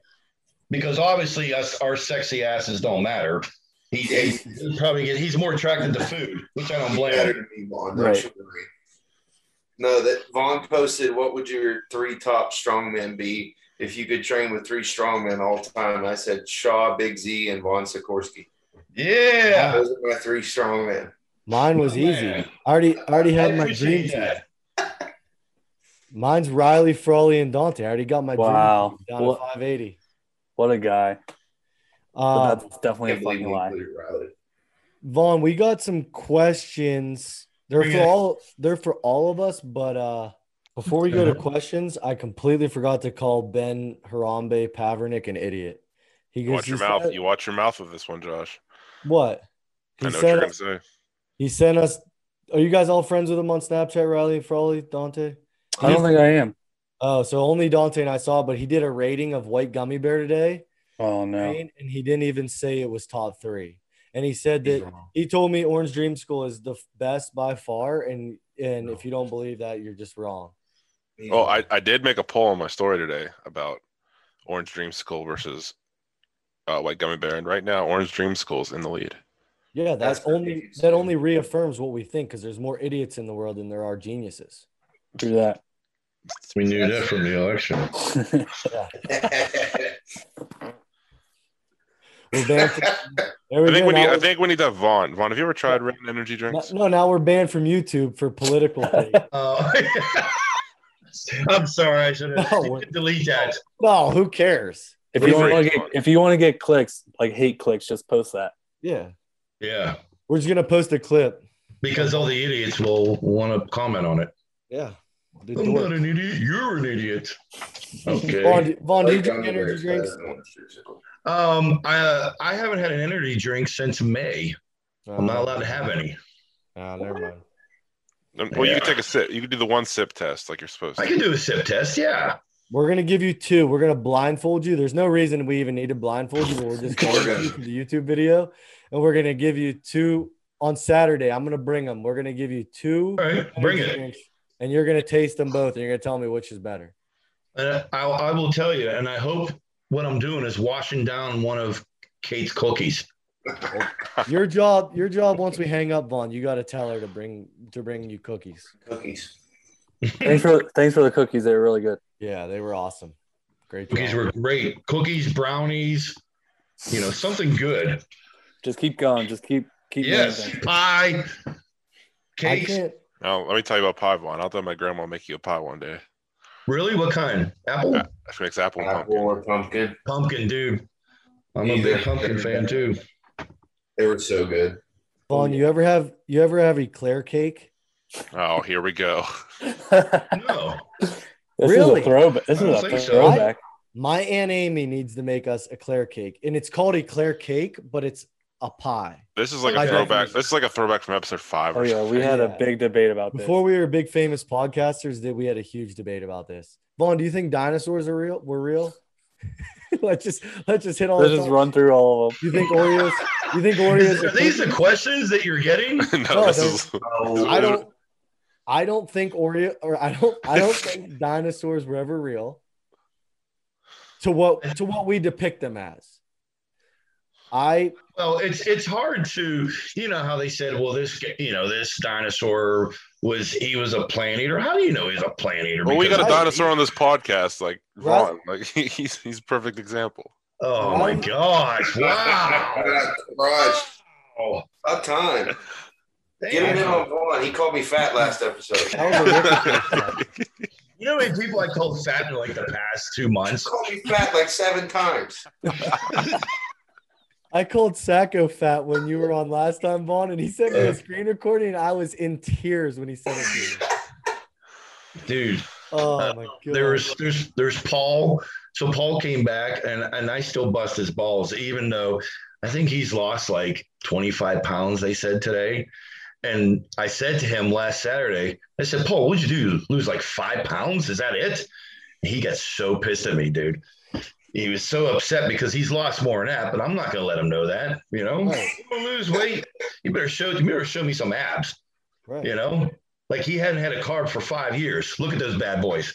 E: Because obviously us our sexy asses don't matter. He, he probably get, he's more attracted to food, which I don't blame
B: better
E: him.
B: than me, Vaughn.
C: Right.
B: Don't you worry. No, that Vaughn posted. What would your three top strongmen be if you could train with three strongmen all time? I said Shaw, Big Z, and Vaughn Sikorsky.
E: Yeah.
B: Those are my three strongmen.
A: Mine was easy. I
E: Man.
A: already, I already
E: I
A: had my
E: appreciate
A: dream team.
E: that.
A: Mine's Riley, Frawley, and Dante. I already got my
C: Wow.
A: dream team down
C: What-
A: to 580.
C: What a guy. But
A: Uh,
C: that's definitely a
B: Can't believe
C: fucking
B: you
C: lie.
B: included Riley.
A: Vaughn, we got some questions. They're
E: Bring
A: for
E: it.
A: all they're for all of us, but uh before we go
C: Uh-huh.
A: to questions, I completely forgot to call Ben Harambe Pavernick an idiot. He
D: You
A: goes,
D: watch
A: he
D: your mouth.
A: said-
D: You watch your mouth with this one, Josh.
A: what? He
D: I know what you're
A: sent,
D: gonna
A: us,
D: say.
A: he sent us are you guys all friends with him on Snapchat, Riley, Frawley, Dante?
C: I don't think I am.
A: Oh, so only Dante and I saw, but he did a rating of white gummy bear today,
C: Oh no.
A: right? and he didn't even say it was top three. And he said that he told me Orange Dream School is the f- best by far, and and if you don't believe that, you're just wrong.
B: He's
D: Oh,
B: wrong.
D: I, I did make a poll on my story today about Orange Dream School versus uh, White Gummy Bear, and right now Orange Dream School's in the lead.
A: Yeah, that
B: That's
A: only
B: crazy.
A: that only reaffirms what we think because there's more idiots in the world than there are geniuses.
C: Do that.
E: We knew that from the election.
A: We're banned. From, there we
D: I think
A: go,
D: we need.
A: now
D: I
A: we're-
D: think we need that Vaughn. Vaughn, have you ever tried Rain Energy drinks?
A: no, now we're banned from YouTube for political things.
E: Oh. I'm sorry. I should have
A: No,
E: you
A: we're-
E: can delete that.
A: no, who cares?
C: If
D: We're
C: you want to
D: free.
C: get if you want to get clicks, like hate clicks, just post that.
A: Yeah,
E: Yeah.
A: we're just gonna post a clip.
E: Because all the idiots will want to comment on it.
A: Yeah. The
E: I'm
A: dork.
E: not an idiot. You're an idiot.
A: Vaughn,
E: Okay.
A: do- Vaughn, do you
B: Like
A: drink
B: gummy
A: Oh, energy
B: bears,
A: drinks?
B: but I don't want to drink it.
E: Um, I I haven't had an energy drink since May. I'm not allowed to have any.
A: Ah, never mind.
D: Um, Well, you
E: Yeah.
D: can take a sip. You can do the one sip test, like you're supposed
E: I
D: to.
E: can do a sip test. Yeah.
A: We're gonna give you two. We're gonna blindfold you. There's no reason we even need to blindfold you, but we're just going
B: We're
A: to the YouTube video, and we're gonna give you two on Saturday. I'm gonna bring them. We're gonna give you two.
E: All right. Bring
A: energy
E: it.
A: drinks, and you're gonna taste them both, and you're gonna tell me which is better.
E: And I, I will tell you, and I hope what I'm doing is washing down one of Kate's cookies.
A: Your job, your job. Once we hang up, Vaughn, you gotta tell her to bring to bring you cookies.
B: Cookies.
C: Thanks for thanks for the cookies. They were really good.
A: Yeah, they were awesome. Great
E: Cookies
A: job.
E: were great. Cookies, brownies, you know, something good.
C: Just keep going. Just keep keep doing
E: Yes.
C: things.
E: Pie.
A: I
E: Cakes.
A: can't.
D: Now, let me tell you about pie, Vaughn. I'll tell my grandma I'll make you a pie one day.
E: Really? What kind?
A: Uh,
E: Apple?
D: She makes apple and
B: Apple
D: pumpkin.
B: or pumpkin.
E: Pumpkin, dude. I'm a
B: Either.
E: big pumpkin fan too.
B: They were so good.
A: Vaughn, you ever have you ever have eclair cake?
D: Oh, here we go.
E: No.
C: this
A: Really?
C: is a throwback. This
E: I don't
C: is a
E: think so.
C: throwback.
A: My aunt Amy needs to make us eclair cake, and it's called eclair cake, but it's a pie.
D: This is like
A: I
D: a
A: definitely-
D: throwback. This is like a throwback from episode five.
C: Oh
D: Or
C: yeah,
D: something.
C: we had a
A: Yeah.
C: big debate about this.
A: Before we were big famous podcasters, that we had a huge debate about this. Vaughn, do you think dinosaurs are real? Were real? let's just let's just hit all.
C: Let's
A: the
C: just
A: top-
C: run through all of them.
A: You think Oreos? You think Oreos?
E: Is-
A: are
E: are these the
A: cookies?
E: questions that you're getting?
D: no,
A: Oh,
D: this
A: those-
D: is
A: I don't. I don't think Oreo or I don't. I don't think dinosaurs were ever real. to what to what we depict them as. I
E: Well, it's it's hard to you know how they said, well, this you know this dinosaur was he was a plant eater. How do you know he's a plant eater?
D: Well, we got
E: Because
D: a
E: I-
D: dinosaur on this podcast, like
A: Right.
D: Ron. Like he's he's a perfect example.
E: Oh my gosh! Wow!
B: Raj,
E: Oh,
B: Ah, about time. Get him in on Vaughn. He called me fat last episode.
A: that was a wicked
E: You know how many people I called fat in like the past two
B: He
E: months?
B: called me fat like seven times.
A: I called Sacco fat when you were on last time, Vaughn, and he sent me a screen recording, and I was in tears when he sent it to me.
E: Dude,
A: Oh my god!
E: there was there's there's Paul. So Paul came back and and I still bust his balls, even though I think he's lost like 25 pounds, they said today. And I said to him last Saturday, I said, Paul, what'd you do? Lose like five pounds? Is that it? He got so pissed at me, dude. He was so upset because he's lost more than that, but I'm not gonna let him know that. You know,
A: Right.
E: you wanna lose weight, you better show you better show me some abs.
A: right.
E: You know, like he hadn't had a carb for five years. Look at those bad boys.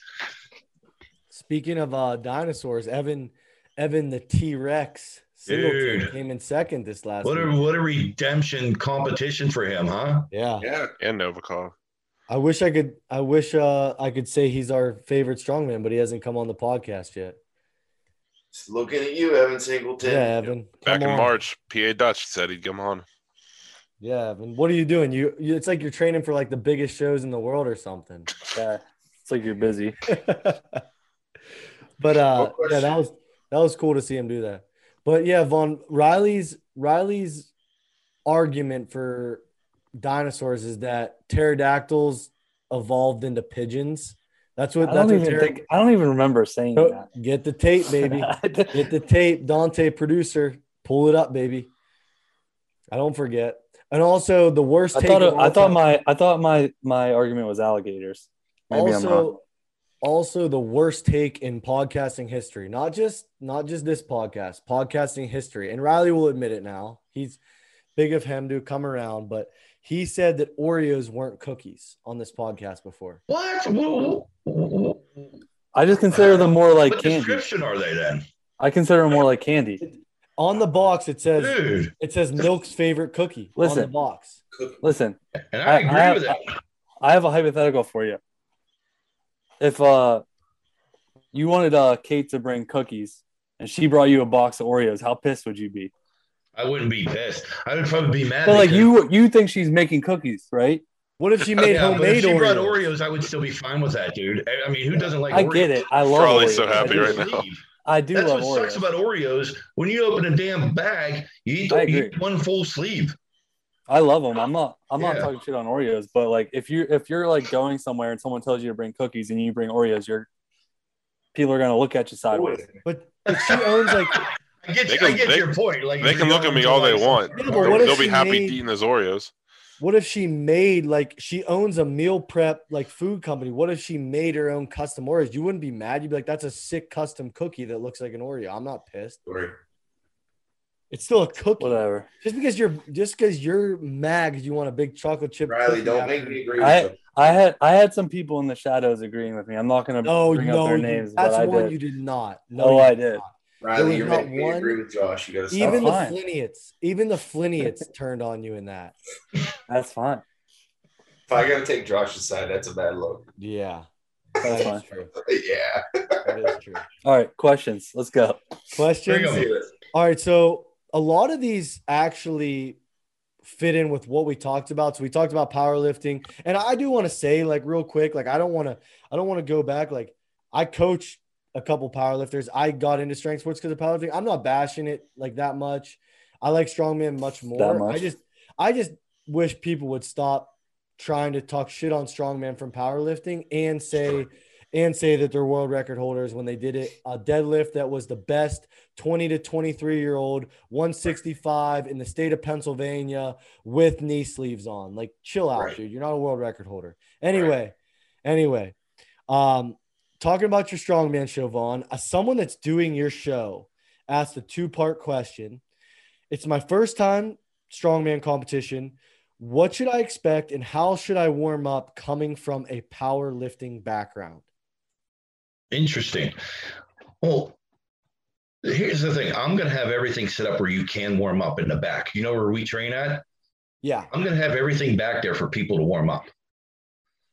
A: Speaking of uh, dinosaurs, Evan, Evan the T Rex Singleton
E: Dude.
A: came in second this last.
E: What a
A: week.
E: what a redemption competition for him, huh?
A: yeah,
B: Yeah.
D: And Novikov.
A: I wish I could. I wish uh, I could say he's our favorite strongman, but he hasn't come on the podcast yet.
B: Just looking at you, Evan Singleton.
A: Yeah, Evan.
D: Back
A: come
D: in
A: on.
D: March, PA Dutch said he'd come on.
A: Yeah, Evan. What are you doing? You, you it's like you're training for like the biggest shows in the world or something.
C: Yeah, it's like you're busy.
A: but uh
B: What
A: yeah, that
B: question?
A: was that was cool to see him do that. But yeah, Von Riley's Riley's argument for dinosaurs is that pterodactyls evolved into pigeons. That's what
C: I don't
A: that's what
C: even
A: pter-
C: think. I don't even remember saying
A: Oh,
C: that.
A: get the tape, baby. get the tape, Dante producer. Pull it up, baby. I don't forget. And also the worst
C: I
A: take
C: thought.
A: of all
C: I thought
A: time-
C: my. I thought my my argument was alligators. Maybe I'm wrong.
A: also also the worst take in podcasting history not just not just this podcast podcasting history and riley will admit it now he's big of him to come around but he said that oreos weren't cookies on this podcast before
E: What? Whoa, whoa, whoa.
C: I just consider them more like
E: what
C: candy.
E: description are they then,
C: I consider them more like candy.
A: on the box it says
E: dude?
A: it says milk's favorite cookie on the
C: Listen.
A: box
C: Listen,
E: And I,
C: I-
E: agree
C: I-
E: with it.
C: I have a hypothetical for you. If uh, you wanted uh Kate to bring cookies and she brought you a box of Oreos, how pissed would you be?
E: I wouldn't be pissed. I would probably be mad.
C: But like
E: because- Oh,
C: you, you think she's making cookies, right?
A: what if she made
E: yeah, but if
A: homemade
E: she brought
A: oreos?
E: Oreos, I would still be fine with that, dude. I- I mean, who doesn't like?
C: I
E: Oreos?
C: get it. I love.
D: Charlie's
C: Oreos.
D: so
E: I
D: happy
E: just
D: right now.
E: leave.
C: I do
E: That's
C: love
E: what
C: Oreos.
E: sucks about Oreos. When you open a damn bag, you eat,
C: I
E: you
C: agree.
E: eat one full sleeve.
C: I love them. I'm not. I'm not
E: Yeah.
C: talking shit on Oreos, but like if you if you're like going somewhere and someone tells you to bring cookies and you bring Oreos, you're people are gonna look at you sideways.
A: but, but she owns like
E: I get,
D: They
E: you,
D: can-
E: I get
D: they-
E: your point. Like
D: They
E: if
D: can
E: you're
D: look at
E: going
D: me
E: to,
D: all they
E: like,
D: want.
A: Yeah, but what
D: They'll,
A: if
D: they'll
A: she
D: be happy
A: made-
D: eating those Oreos.
A: What if she made like she owns a meal prep like food company? What if she made her own custom Oreos? You wouldn't be mad. You'd be like, that's a sick custom cookie that looks like an Oreo. I'm not pissed.
B: Sorry.
A: It's still a cookie.
C: Whatever.
A: Just because you're just because you're mad 'cause you want a big chocolate chip.
B: Riley,
A: cookie
B: don't
A: after-
B: make me agree
C: I-
B: with him.
C: I had I had some people in the shadows agreeing with me. I'm not gonna
A: No,
C: bring
A: no,
C: up their
A: you-
C: names,
A: that's
C: but I
A: one
C: did.
A: you did not. No,
C: oh,
A: you
C: I did.
A: There was
B: Riley, you're
A: not
B: making
A: one-
B: me agree with Josh. You got to stop.
A: Even the
C: fine.
A: Fliniots, even the Fliniots turned on you in that.
C: That's fine.
B: If I got to take Josh's side, that's a bad look.
A: Yeah, that
C: That's fine.
A: is true.
B: yeah.
A: That is true.
C: All right, questions. Let's go.
A: Questions.
E: Bring 'em.
A: All right, so a lot of these actually fit in with what we talked about. So we talked about powerlifting, and I do want to say, like, real quick, like, I don't want to, I don't want to go back. Like, I coach a couple powerlifters. I got into strength sports because of powerlifting. I'm not bashing it like that much. I like strongman much more.
C: much?
A: I just, I just wish people would stop trying to talk shit on strongman from powerlifting and say, and say that they're world record holders when they did it. A deadlift that was the best 20 to 23 year old 165 in the state of Pennsylvania with knee sleeves on. Like chill out,
B: Right.
A: dude. You're not a world record holder. Anyway, anyway. Um talking about your strongman show, Vaughn, uh, someone that's doing your show asked a two-part question. It's my first time strongman competition. What should I expect and how should I warm up coming from a powerlifting background?
E: Interesting. Well, Here's the thing. I'm gonna have everything set up where you can warm up in the back. You know where we train at?
A: Yeah.
E: I'm gonna have everything back there for people to warm up.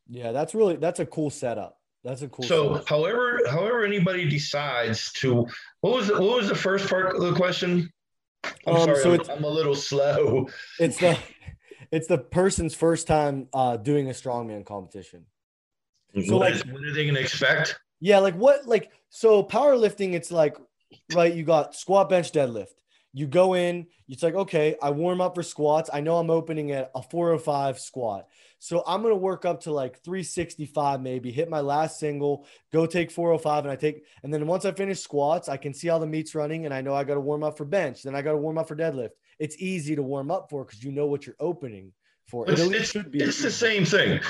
A: Yeah. That's really, that's a cool setup. That's a cool.
E: So
A: setup.
E: however, however anybody decides to what was the, what was the first part of the question? I'm
A: Um,
E: sorry,
A: so
E: I'm,
A: it's-
E: I'm a little slow.
A: it's the, it's the person's first time uh, doing a strongman competition. So,
E: what,
A: like-
E: what are they gonna expect?
A: Yeah, like what like so powerlifting it's like right you got squat bench deadlift. You go in, it's like okay, I warm up for squats. I know I'm opening at a 405 squat. So I'm going to work up to like 365 maybe, hit my last single, go take 405 and I take and then once I finish squats, I can see how the meat's running and I know I got to warm up for bench, then I got to warm up for deadlift. It's easy to warm up for cuz you know what you're opening for. It
E: It's,
A: at least
E: it's-
A: should be.
E: it's the same thing.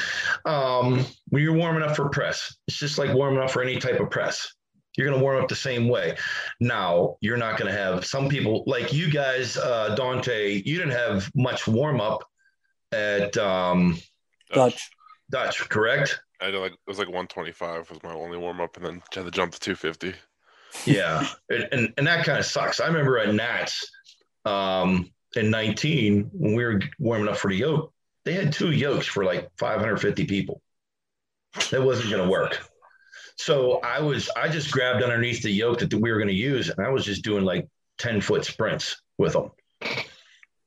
E: Um, when you're warming up for press, it's just like warming up for any type of press. You're going to warm up the same way. Now, you're not going to have some people like you guys, uh, Dante, you didn't have much warm up at um,
C: Dutch.
E: Dutch, correct?
D: I did like it was like 125 was my only warm up, and then had to jump to 250.
E: Yeah. and, and, and that kind of sucks. I remember at Nats um, in 19, when we were warming up for the yoke, they had two yokes for like 550 people. That wasn't going to work. So I was, I just grabbed underneath the yoke that we were going to use, and I was just doing like 10 foot sprints with them.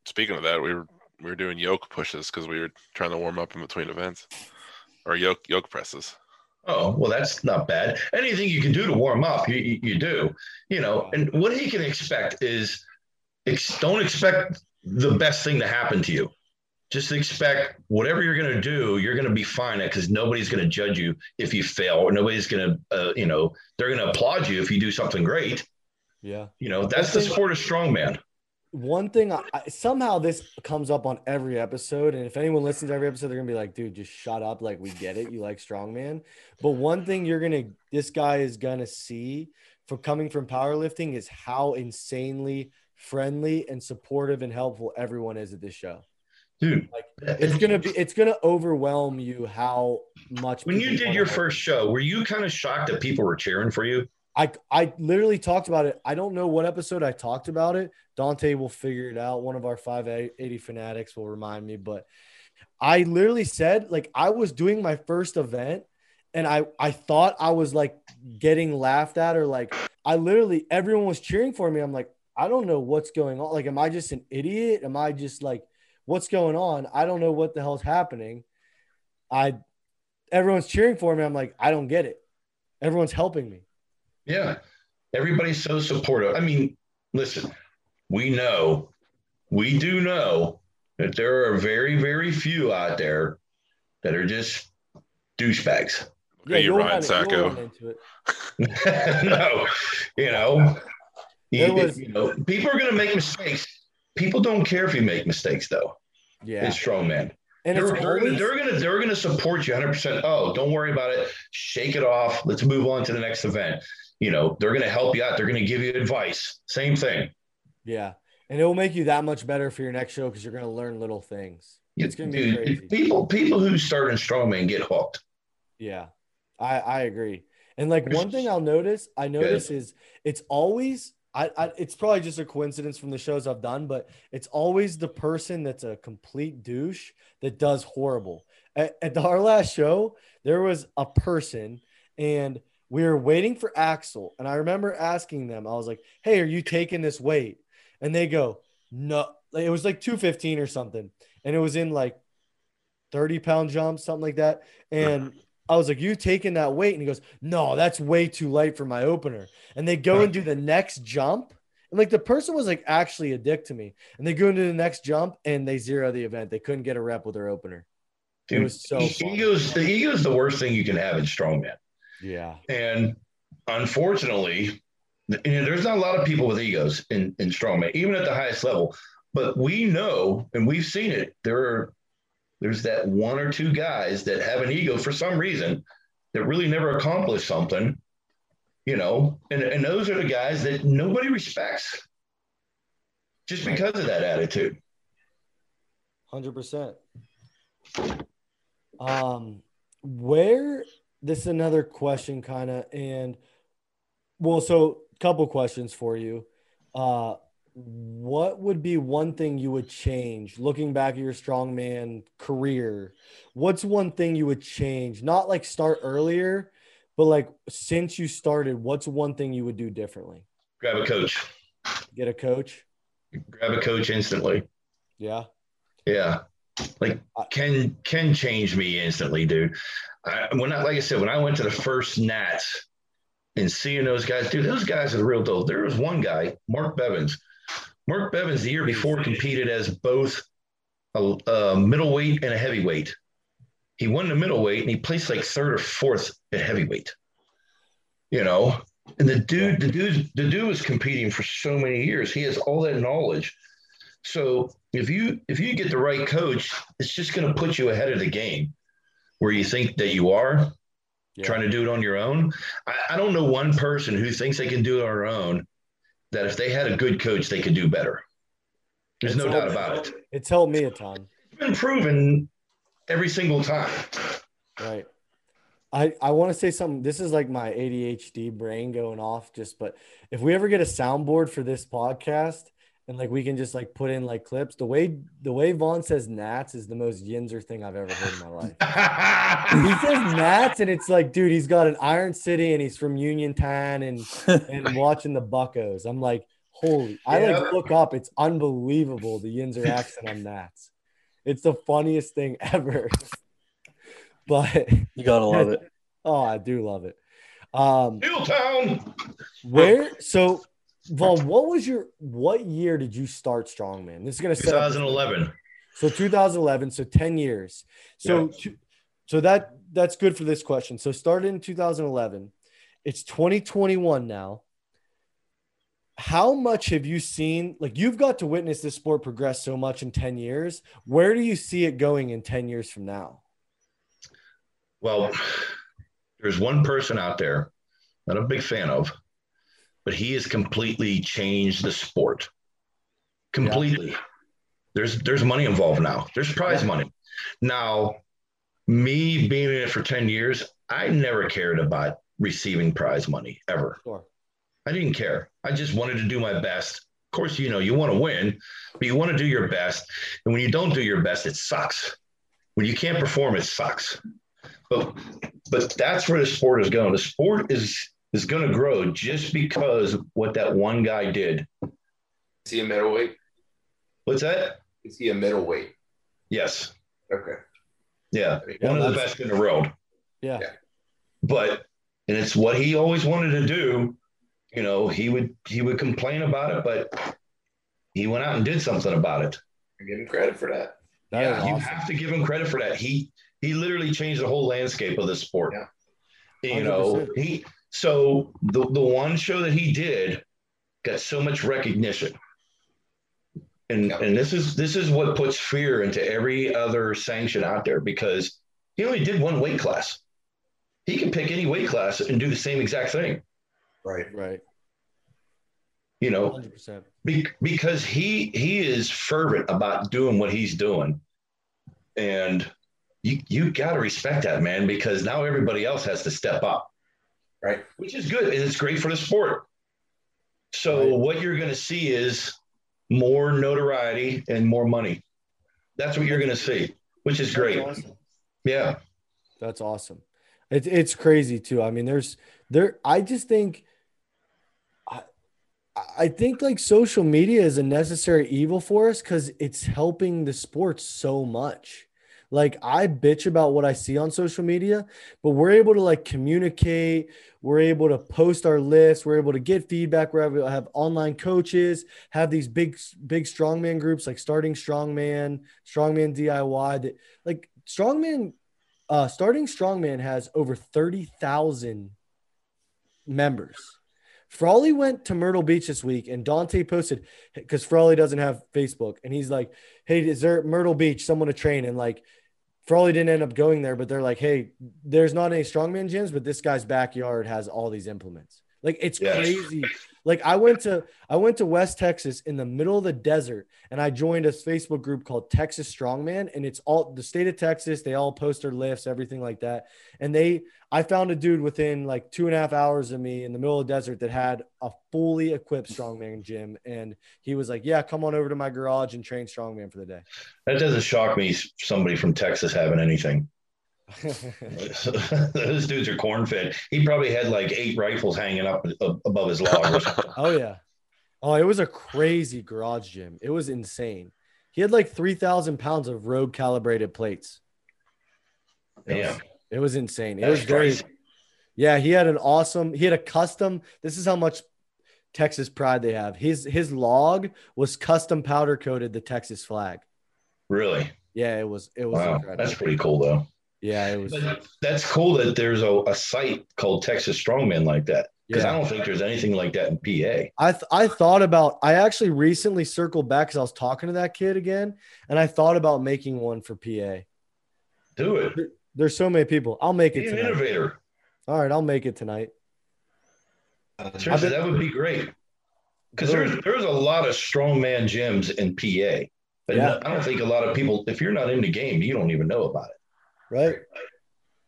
D: Speaking of that, we were we were doing yoke pushes because we were trying to warm up in between events, or yoke yoke presses.
E: Oh, well, that's not bad. Anything you can do to warm up, you, you, you do, you know. And what he can expect is ex- don't expect the best thing to happen to you. Just expect whatever you're going to do, you're going to be fine at because nobody's going to judge you if you fail, or nobody's going to, uh, you know, they're going to applaud you if you do something great.
A: yeah.
E: You know, that's the sport of strongman.
A: one thing I, I, somehow this comes up on every episode and if anyone listens to every episode they're gonna be like dude just shut up like we get it you like strongman but one thing you're gonna this guy is gonna see for coming from powerlifting is how insanely friendly and supportive and helpful everyone is at this show
E: Dude,
A: it's gonna be it's gonna overwhelm you how much
E: when you
A: people
E: did
A: wanna
E: your
A: help.
E: first show, were you kind of shocked that people were cheering for you?
A: I I literally talked about it. I don't know what episode I talked about it. Dante will figure it out. One of our 580 fanatics will remind me, but I literally said like I was doing my first event and I I thought I was like getting laughed at or like I literally everyone was cheering for me. I'm like I don't know what's going on. Like am I just an idiot? Am I just like what's going on? I don't know what the hell's happening. I everyone's cheering for me. I'm like I don't get it. Everyone's helping me.
E: Yeah. Everybody's so supportive. I mean, listen, we know, we do know that there are very, very few out there that are just douchebags.
D: Look at you,
A: you'll
D: Ryan
A: run it- you'll run
D: Sacco.
A: into it.
E: no, you know,
A: There
E: you,
A: was-
E: you know, people are going to make mistakes. People don't care if you make mistakes, though.
A: Yeah,
E: It's strongman.
A: and
E: They're,
A: it's
E: they're, gonna,
A: always,
E: they're gonna they're gonna support you 100. percent Oh, don't worry about it. Shake it off. Let's move on to the next event. You know they're gonna help you out. They're gonna give you advice. Same thing.
A: yeah, and it will make you that much better for your next show because you're gonna learn little things.
E: You-
A: It's gonna be
E: dude,
A: crazy.
E: People people who start in strongman get hooked.
A: Yeah, I I agree. And like one
E: Christmas.
A: thing I'll notice, I notice is it's always I, I it's probably just a coincidence from the shows I've done, but it's always the person that's a complete douche that does horrible. At, at our last show, there was a person and we were waiting for Axel. And I remember asking them, I was like, Hey, are you taking this weight? And they go, No, Like, it was like 215 or something. And it was in like 30 pound jumps, something like that. And I was like, You taking that weight? And he goes, No, that's way too light for my opener. And they go and do the next jump. And like the person was like actually a dick to me. And they go into the next jump and they zero the event. They couldn't get a rep with their opener. It
E: Dude,
A: was so
E: e-
A: fun.
E: ego's the ego's the worst thing you can have in strongman.
A: Yeah.
E: And unfortunately, th- you know, there's not a lot of people with egos in, in strongman, even at the highest level. But we know and we've seen it. There are there's that one or two guys that have an ego for some reason that really never accomplish something, you know, and, and those are the guys that nobody respects just
A: Right.
E: because of that attitude.
A: Hundred percent. Um, where this is another question, kind of, and well, so couple questions for you. Uh, what would be one thing you would change looking back at your strongman career? What's one thing you would change? Not like start earlier, but like since you started, what's one thing you would do differently?
E: Grab a coach.
A: Get a coach?
E: Grab a coach instantly.
A: Yeah.
E: Yeah. Like Ken Ken changed me instantly, dude. I, when I like I said, when I went to the first Nats and seeing those guys, dude, those guys are the real deal. There was one guy, Mark Bevins. Mark Bevins the year before competed as both a, a middleweight and a heavyweight. He won the middleweight and he placed like third or fourth at heavyweight. You know, and the dude, the dude, the dude was competing for so many years. He has all that knowledge. So if you if you get the right coach, it's just going to put you ahead of the game where you think that you are
A: Yeah.
E: trying to do it on your own. I, I don't know one person who thinks they can do it on their own that if they had a good coach, they could do better. There's no
A: It's
E: doubt
A: all-
E: about it.
A: It's helped me a ton.
E: It's been proven every single time.
A: Right. I, I want to say something. This is like my ADHD brain going off just, but if we ever get a soundboard for this podcast and like we can just like put in like clips, the way the way Vaughn says Nats is the most Yinzer thing I've ever heard in my life. He says Nats and it's like, dude, he's got an Iron City and he's from Uniontown and and watching the Buckos. I'm like, holy! I
B: Yeah.
A: like look up. It's unbelievable the Yinzer accent on Nats. It's the funniest thing ever. but
C: You gotta love it.
A: oh, I do love it. Um,
E: Newtown.
A: where so, Vaughn? What was your what year did you start strongman? This is gonna set up
E: 2011.
A: so 2011, so 10 years. So two- so that that's good for this question. So started in 2011. It's 2021 now. How much have you seen like you've got to witness this sport progress so much in 10 years? Where do you see it going in 10 years from now?
E: Well, there's one person out there that I'm a big fan of, but he has completely changed the sport. Completely. There's there's money involved now. There's prize
A: Yeah.
E: money. Now, me being in it for 10 years, I never cared about receiving prize money ever.
A: Sure.
E: I didn't care. I just wanted to do my best. Of course, you know, you want to win, but you want to do your best. And when you don't do your best, it sucks. When you can't perform, it sucks. But but that's where the sport is going. The sport is is going to grow just because of what that one guy did.
B: Is he a middleweight?
E: What's that?
B: Is he a middleweight?
E: Yes.
B: Okay.
E: Yeah.
B: I mean,
A: Yeah,
E: One of the
A: that's-
E: best in the world.
A: Yeah.
B: Yeah.
E: But and it's what he always wanted to do. You know, he would he would complain about it, but he went out and did something about it.
B: I give him credit for that.
A: That is
E: yeah, you
A: awesome.
E: have to give him credit for that. He he literally changed the whole landscape of the sport. You
A: 100%.
E: know, he so the the one show that he did got so much recognition. And
B: Yeah.
E: and this is this is what puts fear into every other sanction out there because he only did one weight class. He can pick any weight class and do the same exact thing,
B: Right.
A: Right.
E: you know,
A: 100%.
E: Be- because he he is fervent about doing what he's doing, and you you got to respect that man because now everybody else has to step up,
B: Right.
E: Which is good and it's great for the sport. So
A: Right.
E: what you're going to see is more notoriety and more money. That's what you're going to see, which is great.
A: That's awesome.
E: Yeah,
A: That's awesome. It's it's crazy too. I mean, there's there. I just think, I I think like social media is a necessary evil for us because it's helping the sport so much. Like I bitch about what I see on social media, but we're able to like communicate. We're able to post our lists. We're able to get feedback. We're able to have online coaches, have these big big strongman groups like starting strongman, strongman DIY. That like strongman uh, starting strongman has over 30,000 members. Frawley went to Myrtle Beach this week and Dante posted because Frawley doesn't have Facebook and he's like, Hey, is there at Myrtle Beach someone to train? And like, Frawley didn't end up going there, but they're like, Hey, there's not any strongman gyms, but this guy's backyard has all these implements. Like it's
E: Yeah.
A: crazy. Like I went to I went to West Texas in the middle of the desert and I joined a Facebook group called Texas Strongman and it's all the state of Texas. They all post their lifts, everything like that. And they I found a dude within like two and a half hours of me in the middle of the desert that had a fully equipped strongman gym. And he was like, Yeah, come on over to my garage and train strongman for the day.
E: That doesn't shock me. Somebody from Texas having anything. Those dudes are corn fed. He probably had like eight rifles hanging up ab- above his log. Or something.
A: oh yeah. Oh, it was a crazy garage gym. It was insane. He had like 3,000 pounds of road calibrated plates. It was-
E: Damn,
A: It was insane. It
E: That's
A: was very,
E: pricey.
A: yeah. He had an awesome. He had a custom. This is how much Texas pride they have. His his log was custom powder coated the Texas flag.
E: really.
A: Yeah, it was. It was
E: Wow,
A: incredible.
E: that's pretty cool though.
A: yeah, it was.
E: But uh, that's cool that there's a, a site called Texas Strongman like that because I
A: Yeah.
E: don't think there's anything like that in PA.
A: I, th- I thought about I actually recently circled back because I was talking to that kid again, and I thought about making one for PA.
E: Do it.
A: There's so many people. I'll make it
E: Be an
A: tonight.
E: innovator.
A: All right, I'll make it tonight.
E: Seriously, that would be great because there's there's a lot of strongman gyms in PA, but
A: Yeah.
E: no- I don't think a lot of people. If you're not in the game, you don't even know about it.
A: right?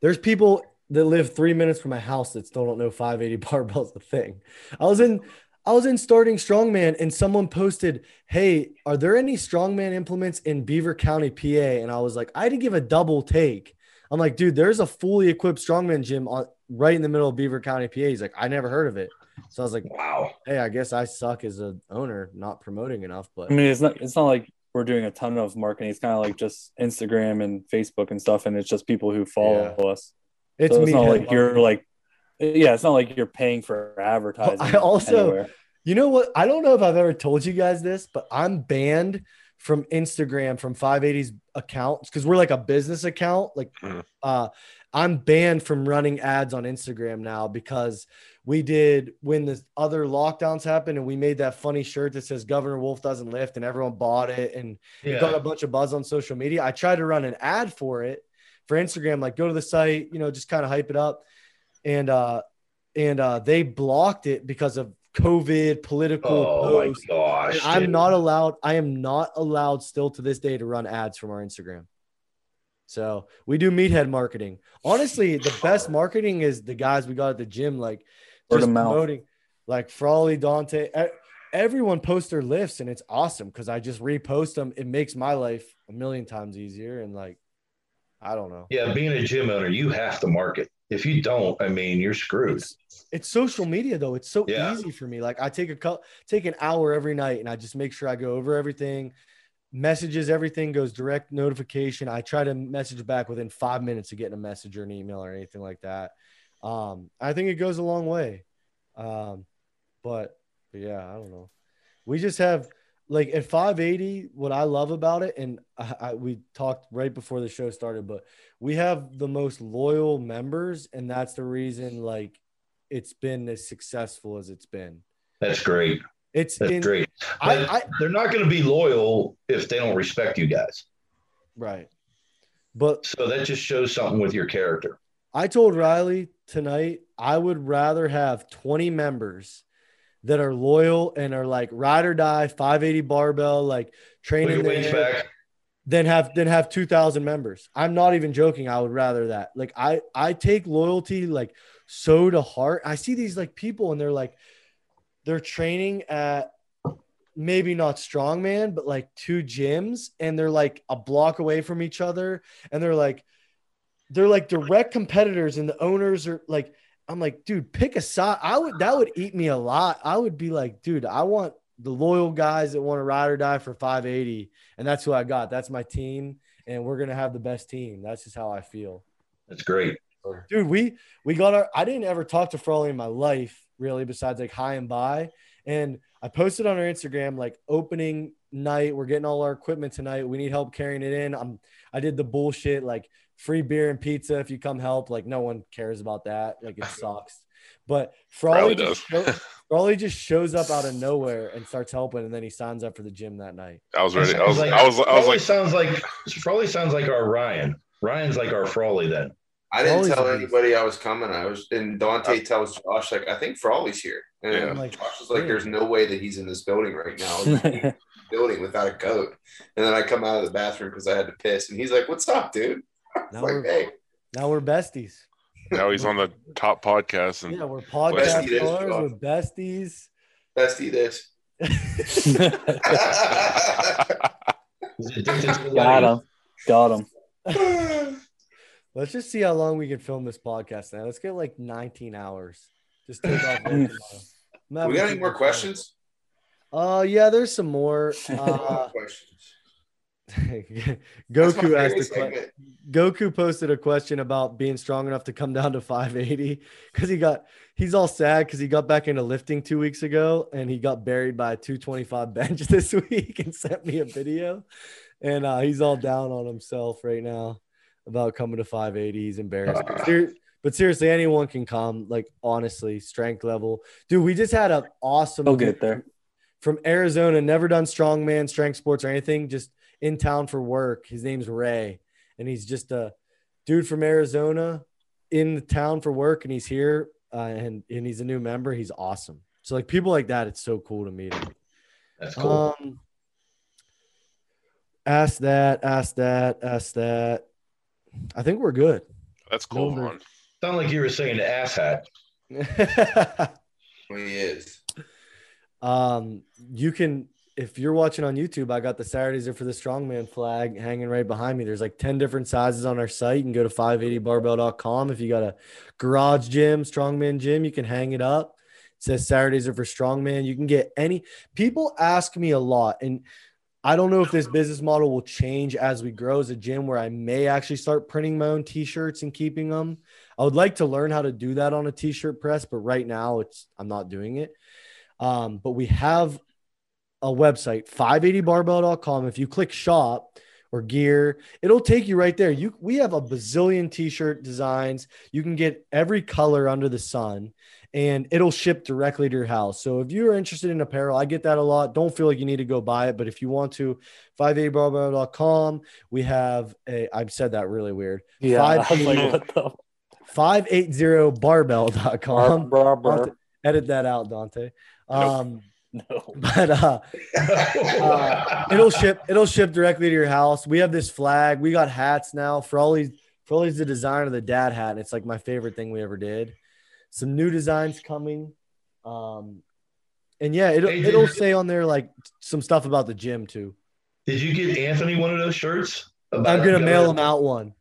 A: There's people that live three minutes from my house that still don't know 580 barbells a thing. I was in I was in starting strongman and someone posted, Hey, are there any strongman implements in Beaver County, PA? And I was like, I had to give a double take. I'm like, dude, there's a fully equipped strongman gym on right in the middle of Beaver County, PA. He's like, I never heard of it. So I was like,
E: Wow.
A: Hey, I guess I suck as an owner, not promoting enough, but
C: I mean, it's not it's not like we're doing a ton of marketing. It's kind of like just Instagram and Facebook and stuff, and it's just people who follow us.
A: it's
C: so
A: me.
C: it's not like
A: headlining.
C: you're like, yeah, it's not like you're paying for advertising.
A: I also-
C: anywhere.
A: You know what? I don't know if I've ever told you guys this, but I'm banned from Instagram from 580's accounts because we're like a business account. Like,
D: Mhm.
A: uh, I'm banned from running ads on Instagram now because we did when the other lockdowns happened and we made that funny shirt that says Governor Wolf doesn't lift and everyone bought it and it got a bunch of buzz on social media. I tried to run an ad for it for Instagram, like go to the site, you know, just kind of hype it up. And uh and uh they blocked it because of COVID political
E: Oh my
A: posts.
E: gosh.
A: And I'm
E: dude.
A: not allowed, I am not allowed still to this day to run ads from our Instagram. So we do meathead marketing. Honestly, the best marketing is the guys we got at the gym, like
C: Word
A: just
C: of mouth.
A: promoting like Frawley, Dante. e- Everyone posts their lifts and it's awesome because I just repost them. It makes my life a million times easier. And like, I don't know.
E: Yeah, being a gym owner, you have to market. If you don't, I mean, you're screwed.
A: It's, it's social media though. It's so
E: Yeah.
A: easy for me. Like I take a cou- take an hour every night and I just make sure I go over everything. Messages, everything goes direct notification. I try to message back within five minutes of getting a message or an email or anything like that. Um, I think it goes a long way. Um, but, but yeah, I don't know. We just have like at 580, what I love about it, and I, I, we talked right before the show started, but we have the most loyal members, and that's the reason like it's been as successful as it's been.
E: That's great.
A: It's
E: That's
A: in,
E: great. But
A: I, I
E: they're not going to be loyal if they don't respect you guys.
A: right, but
E: So that just shows something with your character.
A: I told Riley tonight I would rather have 20 members that are loyal and are like ride or die 580 barbell like
E: Put
A: training
E: your weights
A: there,
E: back.
A: than have than have 2000 members. I'm not even joking, I would rather that. Like I I take loyalty like so to heart. I see these like people and they're like they're training at maybe not strongman but like two gyms and they're like a block away from each other and they're like they're like direct competitors and the owners are like i'm like dude pick a side i would that would eat me a lot i would be like dude i want the loyal guys that want to ride or die for 580 and that's who i got that's my team and we're gonna have the best team that's just how i feel
E: That's great.
A: dude we we got our i didn't ever talk to Frawley in my life really besides like high and by and i posted on our instagram like opening night we're getting all our equipment tonight we need help carrying it in i'm i did the bullshit like free beer and pizza if you come help like no one cares about that like it sucks but Frawley
D: Probably
A: just,
D: does.
A: show, Frawley just shows up out of nowhere and starts helping and then he signs up for the gym that night
D: I was ready. I
E: Sounds
D: was,
E: like-
D: I was, I was
E: Frawley
D: like,
E: sounds like Frawley sounds like our Ryan. Ryan's like our Frawley then.
B: I didn't
A: Frawley's
B: tell
A: a beast.
B: anybody I was coming. I was, and Dante tells Josh like, I think Frawley's here. And
D: Yeah.
A: I'm like,
B: Josh was like,
A: "Dude."
B: "There's no way that he's in this building right now." building without a coat. And then I come out of the bathroom because I had to piss. And he's like, What's up, dude? It's
A: Now
B: like,
A: we're-
B: hey,
A: Now we're besties.
D: Now he's on the top podcast and
A: Yeah, we're podcast
B: Um, Besties.
A: stars. We're besties.
B: bestie this.
E: He's addicted to
C: Got
E: life.
C: him. Got him.
A: Let's just see how long we can film this podcast now. Let's get like 19 hours. Just take off. work tomorrow. I'm having
B: we got
A: too
B: any more
A: much fun.
B: questions?
A: Uh, yeah, there's some more.
B: No
A: Uh,
B: questions. That's my
A: Goku
B: favorite
A: asked a question.
B: segment.
A: Goku posted a question about being strong enough to come down to 580 because he got he's all sad because he got back into lifting two weeks ago and he got buried by a 225 bench this week and sent me a video and uh, he's all down on himself right now about coming to 580 he's embarrassed but, ser- but seriously anyone can come like honestly strength level dude we just had an awesome
C: He'll get there.
A: from Arizona, never done strongman, strength sports, or anything, just in town for work. His name's Ray, and he's just a dude from Arizona in the town for work, and he's here, uh, and and he's a new member. He's awesome. So like people like that, it's so cool to meet him.
E: That's cool.
A: Um, ask that, ask that, ask that. I think we're good.
D: that's cool.
A: Number-
D: Vaughn.
E: Sound like you were saying the ass hat.
B: Well, He is.
A: Um, you can if you're watching on YouTube, I got the Saturdays are for the strongman flag hanging right behind me. There's like 10 different sizes on our site. You can go to 580barbell.com. If you got a garage gym, strongman gym, you can hang it up. It says Saturdays are for strongman. You can get any people ask me a lot, and I don't know if this business model will change as we grow as a gym where I may actually start printing my own t-shirts and keeping them. I would like to learn how to do that on a t-shirt press, but right now it's I'm not doing it. Um, but we have a website 580barbell.com. If you click shop or gear, it'll take you right there. You we have a bazillion t-shirt designs. You can get every color under the sun and it'll ship directly to your house. So if you're interested in apparel, I get that a lot. Don't feel like you need to go buy it, but if you want to 580barbell.com, we have a I've said that really weird.
C: Yeah.
A: Five
C: I was like,
A: people.
C: what the?
A: 580barbell.com.
C: Brr, brr,
A: Dante, edit that out, Dante. Um,
C: No.
A: but uh, it'll ship it'll ship directly to your house. We have this flag. We got hats now. Frawley's Frawley's the designer of the dad hat. And it's like my favorite thing we ever did. Some new designs coming. Um, and yeah, it'll
E: Hey,
A: it'll
E: dude.
A: say on there like some stuff about the gym too.
E: Did you get Anthony one of those shirts?
A: I'm gonna mail him out one.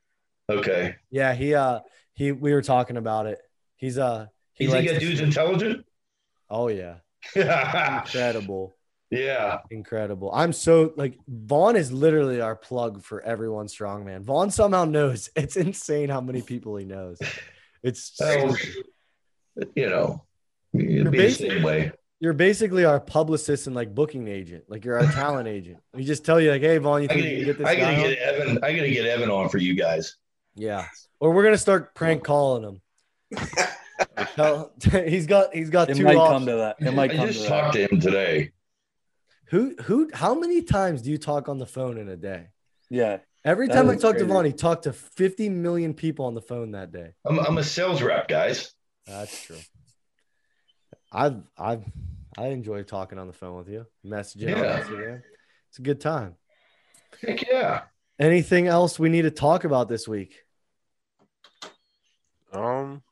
E: Okay.
A: Yeah, he uh he we were talking about it. He's uh he
E: You think
A: likes
E: that
A: to-
E: dude's intelligent?
A: oh yeah
E: yeah.
A: incredible. Incredible. I'm so like Vaughn is literally our plug for everyone strongman. Vaughn somehow knows. It's insane how many people he knows. It's
E: Well, you know, it'd
A: You're
E: be the
A: basic.
E: same way.
A: you're basically our publicist and like booking agent. Like you're our talent agent. We just tell you like, hey Vaughn, you
E: I
A: think you can get
E: gotta,
A: this
E: I gotta
A: guy?
E: get
A: on?
E: Evan. I gotta get Evan on for you guys.
A: Yeah. Or we're gonna start prank calling him. Tell- he's got he's got
C: It
A: two
C: might come
A: options.
C: to that. It might
E: I
C: come to
E: just
C: that.
E: talked to him today.
A: Who who how many times do you talk on the phone in a day?
C: Yeah.
A: Every
C: That
A: time I
C: is
A: talk to
C: crazy.
A: Vaughn, he talked to 50 million people on the phone that day.
E: I'm, I'm a sales rep, guys.
A: That's true. I've I've I enjoy talking on the phone with you, messaging
E: Yeah.
A: on Instagram. It's a good time.
E: Heck yeah.
A: Anything else we need to talk about this week?
D: Um,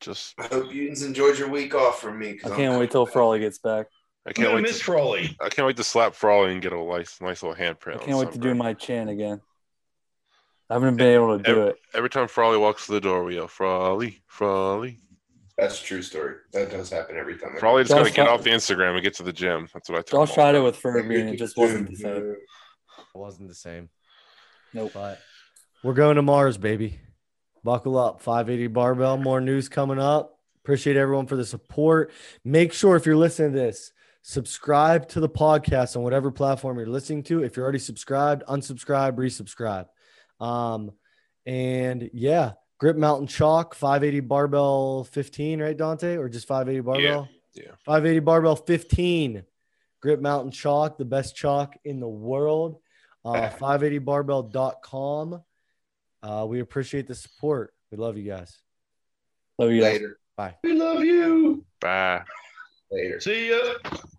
D: just
B: I hope you enjoyed your week off from me.
C: I
B: 'cause
C: can't
B: I'm-
C: wait till Frawley gets back.
D: I
E: I'm
D: can't
E: gonna
D: wait.
E: miss
D: To,
E: Frawley.
D: I can't wait to slap Frawley and get a nice, nice little
C: I
D: handprint. on
C: can't wait to do
D: something.
C: my chin again. I haven't been able to do it.
D: Every time Frawley walks through the door, we yell Frawley, Frawley.
B: That's a true story. That does happen every time.
D: Frawley just
C: Josh
D: gotta get
C: Fro-
D: off the Instagram and get to the gym. That's what I tell.
C: Josh
D: him all
C: tried
D: the
C: it
D: time.
C: with Furby and it just wasn't the same.
A: It wasn't the same.
C: Nope.
A: But we're going to Mars, baby. Buckle up. 580 barbell. More news coming up. Appreciate everyone for the support. Make sure if you're listening to this, subscribe to the podcast on whatever platform you're listening to. If you're already subscribed, unsubscribe, resubscribe. Um, and yeah, Grip Mountain Chalk, 580 barbell 15, right, Dante? Or just 580 barbell?
D: yeah.
A: 580 barbell 15. Grip Mountain Chalk, the best chalk in the world uh, 580barbell.com. Uh, we appreciate the support. We love you guys.
C: Love you guys.
B: Later.
E: We love you.
D: Bye.
B: Later.
E: See ya.